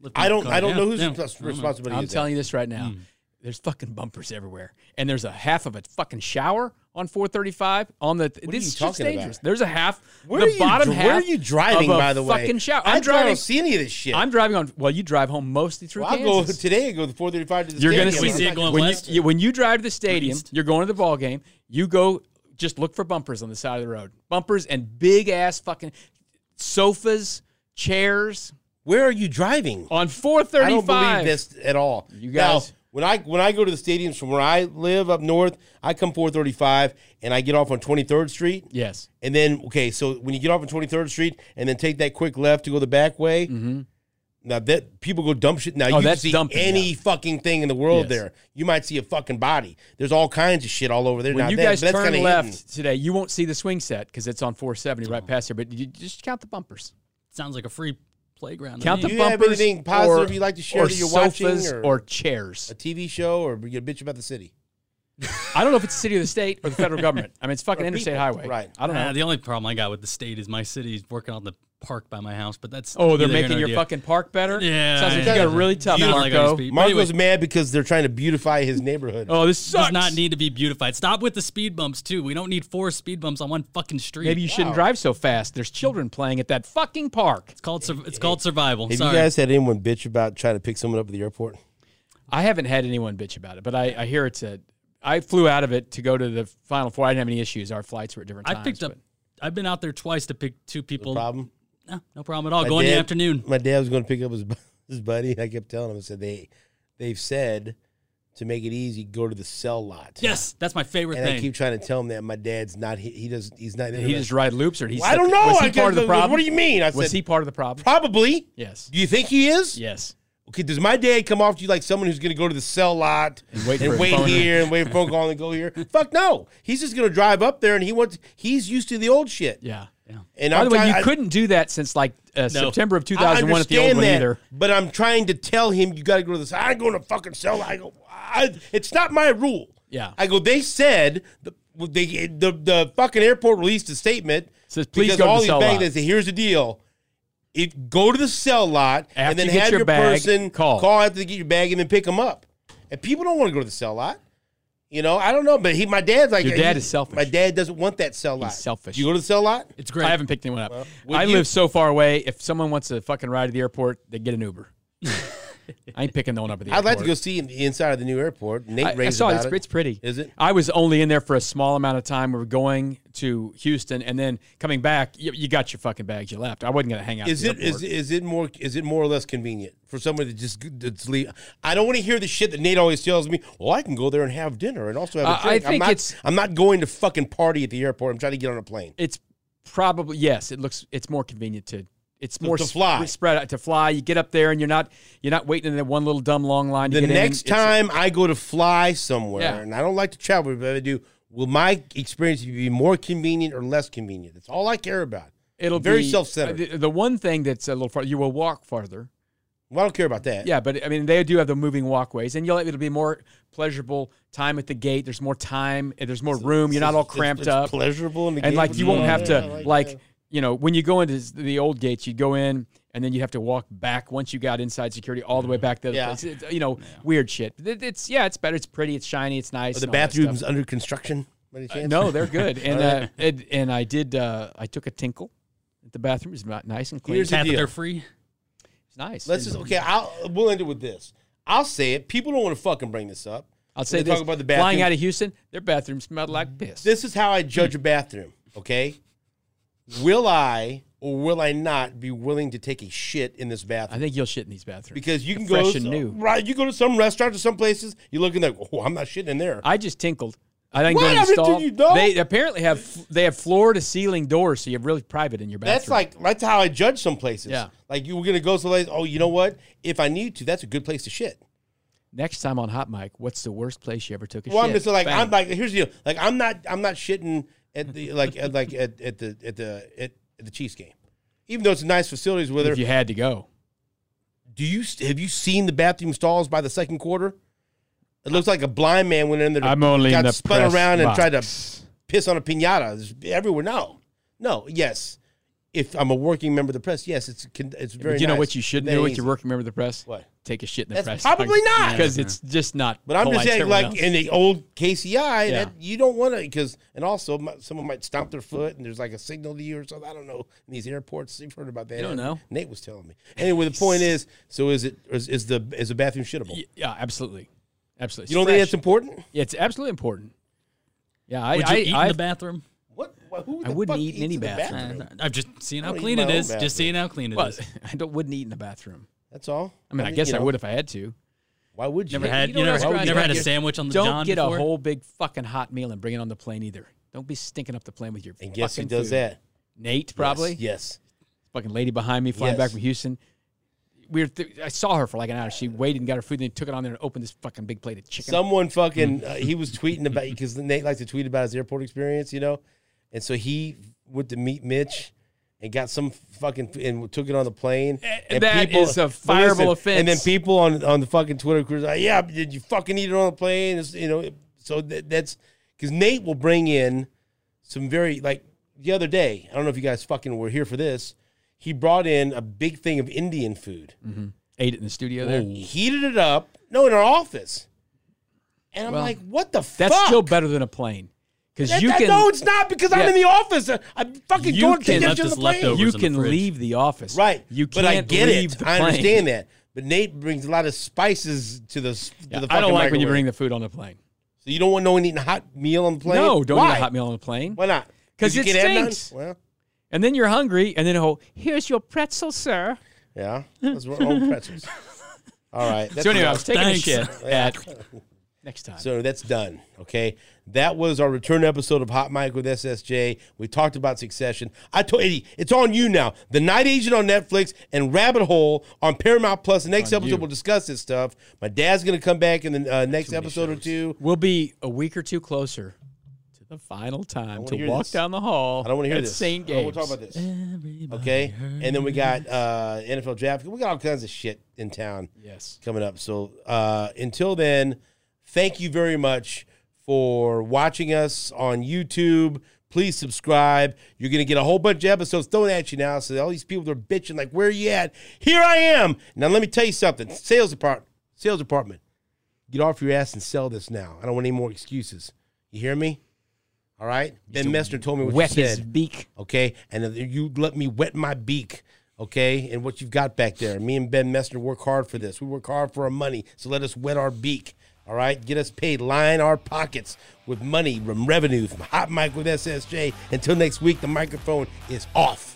[SPEAKER 3] lifting
[SPEAKER 1] I don't.
[SPEAKER 3] the car.
[SPEAKER 1] I don't
[SPEAKER 3] Yeah,
[SPEAKER 1] know whose
[SPEAKER 3] yeah.
[SPEAKER 1] respons-
[SPEAKER 3] I don't know.
[SPEAKER 1] responsibility
[SPEAKER 2] I'm
[SPEAKER 1] is
[SPEAKER 2] telling you this right now.
[SPEAKER 1] Hmm.
[SPEAKER 2] There's fucking bumpers everywhere, and there's a half of a fucking shower on 435 on the.
[SPEAKER 1] are you
[SPEAKER 2] this shit's
[SPEAKER 1] talking about?
[SPEAKER 2] dangerous. There's a half.
[SPEAKER 1] that. Where
[SPEAKER 2] the
[SPEAKER 1] are you,
[SPEAKER 2] bottom
[SPEAKER 1] dri-
[SPEAKER 2] half.
[SPEAKER 1] Where are you driving?
[SPEAKER 2] of a
[SPEAKER 1] By the way,
[SPEAKER 2] fucking shower.
[SPEAKER 1] I
[SPEAKER 2] I'm driving.
[SPEAKER 1] don't see any of this shit.
[SPEAKER 2] I'm driving on. Well, you drive home mostly through
[SPEAKER 1] Well, I'll go
[SPEAKER 2] Kansas.
[SPEAKER 1] today and go the 435 to the
[SPEAKER 2] You're gonna
[SPEAKER 1] stadium.
[SPEAKER 2] see
[SPEAKER 1] I'm
[SPEAKER 2] it
[SPEAKER 1] not
[SPEAKER 3] going
[SPEAKER 1] gonna-
[SPEAKER 2] when you,
[SPEAKER 3] west.
[SPEAKER 2] you- when you drive to the stadium,
[SPEAKER 3] east.
[SPEAKER 2] you're going to the ball game. You go just look for bumpers on the side of the road, bumpers and big ass fucking sofas, chairs
[SPEAKER 1] Where are you driving?
[SPEAKER 2] on
[SPEAKER 1] I don't
[SPEAKER 2] 435.
[SPEAKER 1] believe this at all.
[SPEAKER 2] You
[SPEAKER 1] Now,
[SPEAKER 2] guys-
[SPEAKER 1] When I when I go to the stadiums from where I live up north, I come 435 and I get off on 23rd Street.
[SPEAKER 2] Yes.
[SPEAKER 1] And then okay, so when you get off on 23rd Street and then take that quick left to go the back way, now that people go dump shit. Now you can
[SPEAKER 2] Mm-hmm. Oh, that's
[SPEAKER 1] see
[SPEAKER 2] dumping
[SPEAKER 1] any fucking thing in the world
[SPEAKER 2] Yes.
[SPEAKER 1] there. You might see a fucking body. There's all kinds of shit all over there.
[SPEAKER 2] When
[SPEAKER 1] now
[SPEAKER 2] you
[SPEAKER 1] that-
[SPEAKER 2] guys
[SPEAKER 1] but that's
[SPEAKER 2] turn
[SPEAKER 1] kinda
[SPEAKER 2] left
[SPEAKER 1] hidden.
[SPEAKER 2] today, you won't see the swing set because it's on 470 right past here. But you just count the bumpers.
[SPEAKER 3] Sounds like a free playground. to
[SPEAKER 2] Count
[SPEAKER 3] me.
[SPEAKER 2] the
[SPEAKER 1] Do you have
[SPEAKER 2] bumpers.
[SPEAKER 1] anything positive
[SPEAKER 2] or-
[SPEAKER 1] you'd like to share
[SPEAKER 2] or
[SPEAKER 1] that you're watching,
[SPEAKER 2] sofas
[SPEAKER 1] or-
[SPEAKER 2] chairs?
[SPEAKER 1] a TV show or you bitch about the city.
[SPEAKER 2] I don't know if it's the city or the state or the federal government. I mean, it's fucking
[SPEAKER 1] Or
[SPEAKER 2] interstate
[SPEAKER 1] people.
[SPEAKER 2] highway.
[SPEAKER 1] Right.
[SPEAKER 2] I don't know.
[SPEAKER 3] Uh, the only problem I got with the state is my city's working on the park by my house, but that's
[SPEAKER 2] Oh, they're
[SPEAKER 3] neither here
[SPEAKER 2] making
[SPEAKER 3] nor
[SPEAKER 2] your
[SPEAKER 3] there.
[SPEAKER 2] fucking park better.
[SPEAKER 3] Yeah,
[SPEAKER 2] sounds like
[SPEAKER 3] yeah.
[SPEAKER 2] you got a really tough
[SPEAKER 3] You don't like all
[SPEAKER 2] Marco.
[SPEAKER 3] these people. But anyway-
[SPEAKER 1] Marco's mad because they're trying to beautify his neighborhood.
[SPEAKER 2] oh, this
[SPEAKER 3] It
[SPEAKER 2] sucks.
[SPEAKER 3] does not need to be beautified. Stop with the speed bumps too. We don't need four speed bumps on one fucking street.
[SPEAKER 2] Maybe you shouldn't drive so fast. There's children playing at that fucking park.
[SPEAKER 3] it's called sur- it's called survival.
[SPEAKER 1] Have
[SPEAKER 3] Sorry.
[SPEAKER 1] you guys had anyone bitch about trying to pick someone up at the airport?
[SPEAKER 2] I haven't had anyone bitch about it, but I, I hear it's a. I flew out of it to go to the final four. I didn't have any issues. Our flights were at different
[SPEAKER 3] I
[SPEAKER 2] times.
[SPEAKER 3] picked up.
[SPEAKER 2] but-
[SPEAKER 3] I've been out there twice to pick two people.
[SPEAKER 1] Problem.
[SPEAKER 3] No, no problem at all.
[SPEAKER 1] My
[SPEAKER 3] Go in the
[SPEAKER 1] dad-
[SPEAKER 3] afternoon.
[SPEAKER 1] My dad was going to pick up his bu- his buddy. I kept telling him, I said they they've said to make it easy, go to the cell lot.
[SPEAKER 3] Yes, that's my favorite
[SPEAKER 1] And I
[SPEAKER 3] thing.
[SPEAKER 1] keep trying to tell him that my dad's not. He, he does. He's not.
[SPEAKER 2] Did he just ride loops, or he's.
[SPEAKER 1] I don't know.
[SPEAKER 2] Was he
[SPEAKER 1] I guess-
[SPEAKER 2] part of the problem?
[SPEAKER 1] What do you mean? I
[SPEAKER 2] was
[SPEAKER 1] said
[SPEAKER 2] he part of the problem?
[SPEAKER 1] probably.
[SPEAKER 2] Yes.
[SPEAKER 1] Do you think he is?
[SPEAKER 2] Yes.
[SPEAKER 1] Okay. Does my dad come off to you like someone who's going to go to the cell lot and
[SPEAKER 2] wait
[SPEAKER 1] wait,
[SPEAKER 2] for a phone
[SPEAKER 1] here and wait for a phone call and go here? Fuck no. He's just going to drive up there and he wants. He's used to the old shit.
[SPEAKER 2] Yeah.
[SPEAKER 1] And
[SPEAKER 2] By
[SPEAKER 1] I'm
[SPEAKER 2] the way,
[SPEAKER 1] trying-
[SPEAKER 2] you
[SPEAKER 1] I-
[SPEAKER 2] couldn't do that since like uh, September of
[SPEAKER 1] I
[SPEAKER 2] 2001 at the old
[SPEAKER 1] understand
[SPEAKER 2] one
[SPEAKER 1] that,
[SPEAKER 2] either.
[SPEAKER 1] But I'm trying to tell him you got to go to this. I'm going to fucking sell. I go. I, it's not my rule.
[SPEAKER 2] Yeah.
[SPEAKER 1] I go. They said the they, the the fucking airport released a statement.
[SPEAKER 2] Says, "Please
[SPEAKER 1] because
[SPEAKER 2] go to
[SPEAKER 1] all
[SPEAKER 2] the
[SPEAKER 1] these
[SPEAKER 2] cell
[SPEAKER 1] banks,
[SPEAKER 2] lot."
[SPEAKER 1] They say here's the deal. It go to the cell lot
[SPEAKER 2] After
[SPEAKER 1] and then
[SPEAKER 2] you get
[SPEAKER 1] have
[SPEAKER 2] your
[SPEAKER 1] your,
[SPEAKER 2] bag,
[SPEAKER 1] person
[SPEAKER 2] call.
[SPEAKER 1] after they get your bag and then pick them up. And people don't want to go to the cell lot. You know, I don't know, but he, my dad's like uh,
[SPEAKER 2] Your dad
[SPEAKER 1] he-
[SPEAKER 2] is selfish.
[SPEAKER 1] My dad doesn't want that cell lot.
[SPEAKER 2] selfish.
[SPEAKER 1] You go to the cell lot.
[SPEAKER 3] it's great.
[SPEAKER 2] I haven't picked anyone up.
[SPEAKER 1] would
[SPEAKER 2] I
[SPEAKER 1] you-
[SPEAKER 2] live so far away. If someone wants a fucking ride to the airport, they get an Uber. I ain't picking no one up at the
[SPEAKER 1] I'd
[SPEAKER 2] airport.
[SPEAKER 1] like to go see the inside of the new airport. Nate
[SPEAKER 2] I, I
[SPEAKER 1] raves
[SPEAKER 2] saw it.
[SPEAKER 1] about
[SPEAKER 2] It's,
[SPEAKER 1] it.
[SPEAKER 2] it's pretty.
[SPEAKER 1] Is it?
[SPEAKER 2] I was only in there for a small amount of time. We were going to Houston and then coming back. You, you got your fucking bags. You left. I wasn't gonna hang out.
[SPEAKER 1] Is
[SPEAKER 2] at
[SPEAKER 1] it
[SPEAKER 2] the
[SPEAKER 1] is is it more is it more or less convenient for somebody to just that's leave? I don't want to hear the shit that Nate always tells me. Well, I can go there and have dinner and also have
[SPEAKER 2] Uh,
[SPEAKER 1] a
[SPEAKER 2] I
[SPEAKER 1] drink.
[SPEAKER 2] think
[SPEAKER 1] am not,
[SPEAKER 2] it's-
[SPEAKER 1] I'm not going to fucking party at the airport. I'm trying to get on a plane.
[SPEAKER 2] it's probably yes. It looks it's more convenient to. It's more
[SPEAKER 1] to
[SPEAKER 2] sp-
[SPEAKER 1] fly.
[SPEAKER 2] spread out to fly. You get up there and you're not you're not waiting in that one little dumb long line. To
[SPEAKER 1] The
[SPEAKER 2] get in.
[SPEAKER 1] next
[SPEAKER 2] It's-
[SPEAKER 1] time I go to fly somewhere,
[SPEAKER 2] Yeah.
[SPEAKER 1] and I don't like to travel, but if I do. Will my experience be more convenient or less convenient? That's all I care about.
[SPEAKER 2] it'll
[SPEAKER 1] very
[SPEAKER 2] be uh,
[SPEAKER 1] self-centered.
[SPEAKER 2] The, the one thing that's a little far, you will walk farther.
[SPEAKER 1] Well, I don't care about that.
[SPEAKER 2] Yeah, but I mean, they do have the moving walkways, and you'll it'll be more pleasurable time at the gate. There's more time. and There's more room. You're not all
[SPEAKER 1] It's-
[SPEAKER 2] cramped
[SPEAKER 1] it's
[SPEAKER 2] up,
[SPEAKER 1] pleasurable, in the
[SPEAKER 2] and
[SPEAKER 1] game.
[SPEAKER 2] like you won't have
[SPEAKER 1] Yeah,
[SPEAKER 2] to
[SPEAKER 1] that.
[SPEAKER 2] like you know when you go into s- the old gates, you go in and then you have to walk back once you got inside security all the way back to the
[SPEAKER 1] Yeah.
[SPEAKER 2] place. It's, you know, weird shit. It- it's yeah, it's better. It's pretty. It's shiny. It's nice.
[SPEAKER 1] Are the
[SPEAKER 2] and all that stuff. Uh,
[SPEAKER 1] bathrooms under construction? by any chance?
[SPEAKER 2] No, they're good. And uh, it, and I did. Uh, I took a tinkle. at The bathroom It's not nice and clean.
[SPEAKER 1] Here's the
[SPEAKER 3] Tap that
[SPEAKER 1] deal.
[SPEAKER 3] they're free.
[SPEAKER 2] it's nice.
[SPEAKER 1] Let's just okay. I'll we'll end it with this. I'll say it. People don't want to fucking bring this up.
[SPEAKER 2] I'll
[SPEAKER 1] When
[SPEAKER 2] say
[SPEAKER 1] they
[SPEAKER 2] this:
[SPEAKER 1] Talk about the bathroom.
[SPEAKER 2] flying out of Houston, their bathroom smelled like piss.
[SPEAKER 1] this is how I judge a bathroom. Okay, will I or will I not be willing to take a shit in this
[SPEAKER 2] I
[SPEAKER 1] bathroom?
[SPEAKER 2] think you'll shit in these bathrooms.
[SPEAKER 1] Because you can
[SPEAKER 2] fresh
[SPEAKER 1] go
[SPEAKER 2] and
[SPEAKER 1] so-
[SPEAKER 2] new.
[SPEAKER 1] right. You go to some restaurants or some places. You look in there. Oh, I'm not shitting in there.
[SPEAKER 2] I just tinkled. I didn't
[SPEAKER 1] What?
[SPEAKER 2] go
[SPEAKER 1] I mean,
[SPEAKER 2] install.
[SPEAKER 1] did you know?
[SPEAKER 2] They apparently have they have floor to ceiling doors, so you have really private in your bathroom.
[SPEAKER 1] that's like that's how I judge some places.
[SPEAKER 2] Yeah.
[SPEAKER 1] Like you were gonna go someplace. Oh, you know what? If I need to, that's a good place to shit.
[SPEAKER 2] next time on Hot Mic. What's the worst place you ever took a
[SPEAKER 1] Well,
[SPEAKER 2] shit?
[SPEAKER 1] I'm just like
[SPEAKER 2] Bang.
[SPEAKER 1] I'm like here's the deal. Like I'm not I'm not shitting at the like at, like at, at the at the at, at the Chiefs game, even though it's nice facilities. Whether
[SPEAKER 2] if you had to go.
[SPEAKER 1] do you have you seen the bathroom stalls by the second quarter? It looks like a blind man went in there.
[SPEAKER 2] I'm only
[SPEAKER 1] got
[SPEAKER 2] in the
[SPEAKER 1] spun
[SPEAKER 2] press
[SPEAKER 1] around
[SPEAKER 2] box.
[SPEAKER 1] and tried to piss on a pinata It's everywhere. No, no, yes. If I'm a working member of the press, yes, it's con- it's very.
[SPEAKER 2] But you know
[SPEAKER 1] nice.
[SPEAKER 2] what you shouldn't
[SPEAKER 1] That
[SPEAKER 2] do with
[SPEAKER 1] ain't
[SPEAKER 2] your
[SPEAKER 1] easy.
[SPEAKER 2] working member of the press?
[SPEAKER 1] What?
[SPEAKER 2] Take a shit in the
[SPEAKER 1] That's
[SPEAKER 2] press.
[SPEAKER 1] probably not.
[SPEAKER 2] because it's just not.
[SPEAKER 1] But I'm just
[SPEAKER 2] polite to
[SPEAKER 1] saying,
[SPEAKER 2] everyone
[SPEAKER 1] like
[SPEAKER 2] else.
[SPEAKER 1] in the old KCI,
[SPEAKER 2] Yeah.
[SPEAKER 1] that you don't want to because, and also my, someone might stomp their foot, and there's like a signal to you or something. I don't know. In these airports, you've heard about that. I
[SPEAKER 2] don't know.
[SPEAKER 1] Nate was telling me. Anyway, the point is, so is it is, is the is the bathroom shittable?
[SPEAKER 2] Y- yeah, absolutely, absolutely.
[SPEAKER 1] you don't
[SPEAKER 2] Fresh.
[SPEAKER 1] think that's important?
[SPEAKER 2] Yeah, it's absolutely important. Yeah, I
[SPEAKER 3] Would you
[SPEAKER 2] I,
[SPEAKER 3] eat in
[SPEAKER 2] I-
[SPEAKER 3] the bathroom?
[SPEAKER 1] What? what- Who
[SPEAKER 2] I
[SPEAKER 1] the
[SPEAKER 2] wouldn't
[SPEAKER 1] fuck
[SPEAKER 2] eat in any
[SPEAKER 1] eats the
[SPEAKER 2] bathroom.
[SPEAKER 3] I've just seen how
[SPEAKER 1] don't eat
[SPEAKER 3] clean
[SPEAKER 1] in
[SPEAKER 3] it
[SPEAKER 1] my own
[SPEAKER 3] is. Just
[SPEAKER 1] bathroom.
[SPEAKER 3] seeing how clean it is.
[SPEAKER 2] well, I don't wouldn't eat in the bathroom.
[SPEAKER 1] That's all.
[SPEAKER 2] I mean, I guess
[SPEAKER 1] you
[SPEAKER 2] I
[SPEAKER 1] know,
[SPEAKER 2] would if I had to.
[SPEAKER 1] Why would you?
[SPEAKER 3] Never
[SPEAKER 2] You
[SPEAKER 3] had
[SPEAKER 2] don't
[SPEAKER 3] you
[SPEAKER 2] ever
[SPEAKER 3] never, had-
[SPEAKER 2] try
[SPEAKER 3] never
[SPEAKER 2] to
[SPEAKER 3] had a
[SPEAKER 2] get-
[SPEAKER 3] sandwich on the
[SPEAKER 2] Don't
[SPEAKER 3] John
[SPEAKER 2] get
[SPEAKER 3] before.
[SPEAKER 2] a whole big fucking hot meal and bring it on the plane either. Don't be stinking up the plane with your
[SPEAKER 1] And guess who
[SPEAKER 2] fucking
[SPEAKER 1] does
[SPEAKER 2] food.
[SPEAKER 1] that?
[SPEAKER 2] Nate probably.
[SPEAKER 1] Yes.
[SPEAKER 2] Fucking lady behind me flying
[SPEAKER 1] Yes.
[SPEAKER 2] back from Houston. We were th- I saw her for like an hour. She waited and got her food, and then took it on there and opened this fucking big plate of chicken.
[SPEAKER 1] Someone fucking uh, he was tweeting about because Nate likes to tweet about his airport experience, you know, and so he went to meet Mitch and got some fucking and took it on the plane. And
[SPEAKER 2] Eh, that is a
[SPEAKER 1] but
[SPEAKER 2] fireable
[SPEAKER 1] And then
[SPEAKER 2] offense.
[SPEAKER 1] people on on the fucking Twitter crew was like, yeah, did you fucking eat it on the plane? It's, you know, so that, that's because Nate will bring in some very like the other day. I don't know if you guys fucking were here for this. He brought in a big thing of Indian food
[SPEAKER 2] Ate it in the studio
[SPEAKER 1] Oh,
[SPEAKER 2] there.
[SPEAKER 1] heated it up. No, in our office. And I'm
[SPEAKER 2] Well,
[SPEAKER 1] like, what the
[SPEAKER 2] That's
[SPEAKER 1] fuck?
[SPEAKER 2] still better than a plane because
[SPEAKER 1] That-
[SPEAKER 2] you
[SPEAKER 1] that-
[SPEAKER 2] can
[SPEAKER 1] no, it's not because I'm
[SPEAKER 2] Yeah.
[SPEAKER 1] in the office. I- I'm fucking
[SPEAKER 2] You
[SPEAKER 1] going
[SPEAKER 2] can-
[SPEAKER 1] to get
[SPEAKER 2] left
[SPEAKER 1] to the
[SPEAKER 3] this
[SPEAKER 1] plane.
[SPEAKER 3] leftover.
[SPEAKER 2] you
[SPEAKER 3] Leftovers in the
[SPEAKER 2] can
[SPEAKER 3] fridge.
[SPEAKER 2] leave the office.
[SPEAKER 1] Right.
[SPEAKER 2] You
[SPEAKER 1] but
[SPEAKER 2] can't
[SPEAKER 1] I get
[SPEAKER 2] leave
[SPEAKER 1] it.
[SPEAKER 2] the
[SPEAKER 1] I
[SPEAKER 2] plane.
[SPEAKER 1] understand that. But Nate brings a lot of spices to the s- to the fucking
[SPEAKER 2] I don't like when you
[SPEAKER 1] microwave.
[SPEAKER 2] bring the food on the plane.
[SPEAKER 1] So you don't want no one eating a hot meal on the plane?
[SPEAKER 2] No, don't
[SPEAKER 1] Why?
[SPEAKER 2] eat a hot meal on the plane.
[SPEAKER 1] Why not?
[SPEAKER 2] 'Cause
[SPEAKER 1] you
[SPEAKER 2] it
[SPEAKER 1] can't have none?
[SPEAKER 2] stinks.
[SPEAKER 1] Well,
[SPEAKER 2] And then you're hungry, and then oh, here's your pretzel, sir.
[SPEAKER 1] yeah. Those were old pretzels. All right. That's
[SPEAKER 2] so anyway, I
[SPEAKER 1] enough.
[SPEAKER 2] was taking
[SPEAKER 3] Thanks.
[SPEAKER 2] a shit at next time.
[SPEAKER 1] So that's done. Okay. That was our return episode of Hot Mike with SSJ. We talked about Succession. I told Eddie, it's on you now. The Night Agent on Netflix and Rabbit Hole on Paramount Plus. The next episode,
[SPEAKER 2] you.
[SPEAKER 1] we'll discuss this stuff. My dad's going to come back in the uh, next episode or two.
[SPEAKER 2] we'll be a week or two closer to the final time
[SPEAKER 1] wanna
[SPEAKER 2] to
[SPEAKER 1] hear
[SPEAKER 2] walk
[SPEAKER 1] this.
[SPEAKER 2] down the hall.
[SPEAKER 1] I don't want to hear
[SPEAKER 2] at
[SPEAKER 1] this.
[SPEAKER 2] St.
[SPEAKER 1] I don't
[SPEAKER 2] Games.
[SPEAKER 1] wanna talk about this. Okay. And then we got uh, NFL draft. We got all kinds of shit in town.
[SPEAKER 2] Yes.
[SPEAKER 1] coming up. So uh, until then, thank you very much for watching us on YouTube. Please subscribe. You're going to get a whole bunch of episodes thrown at you now. So all these people that are bitching, like, where are you at? Here I am. Now, let me tell you something. Sales department, sales department, get off your ass and sell this now. I don't want any more excuses. You hear me? All right? Ben Messner told me what
[SPEAKER 2] Wet
[SPEAKER 1] you
[SPEAKER 2] his
[SPEAKER 1] said
[SPEAKER 2] beak.
[SPEAKER 1] okay? And if you let me wet my beak, okay? And what you've got back there. Me and Ben Messner work hard for this. We work hard for our money, so let us wet our beak, all right? Get us paid, line our pockets with money from revenue from Hot Mike with SSJ. Until next week, the microphone is off.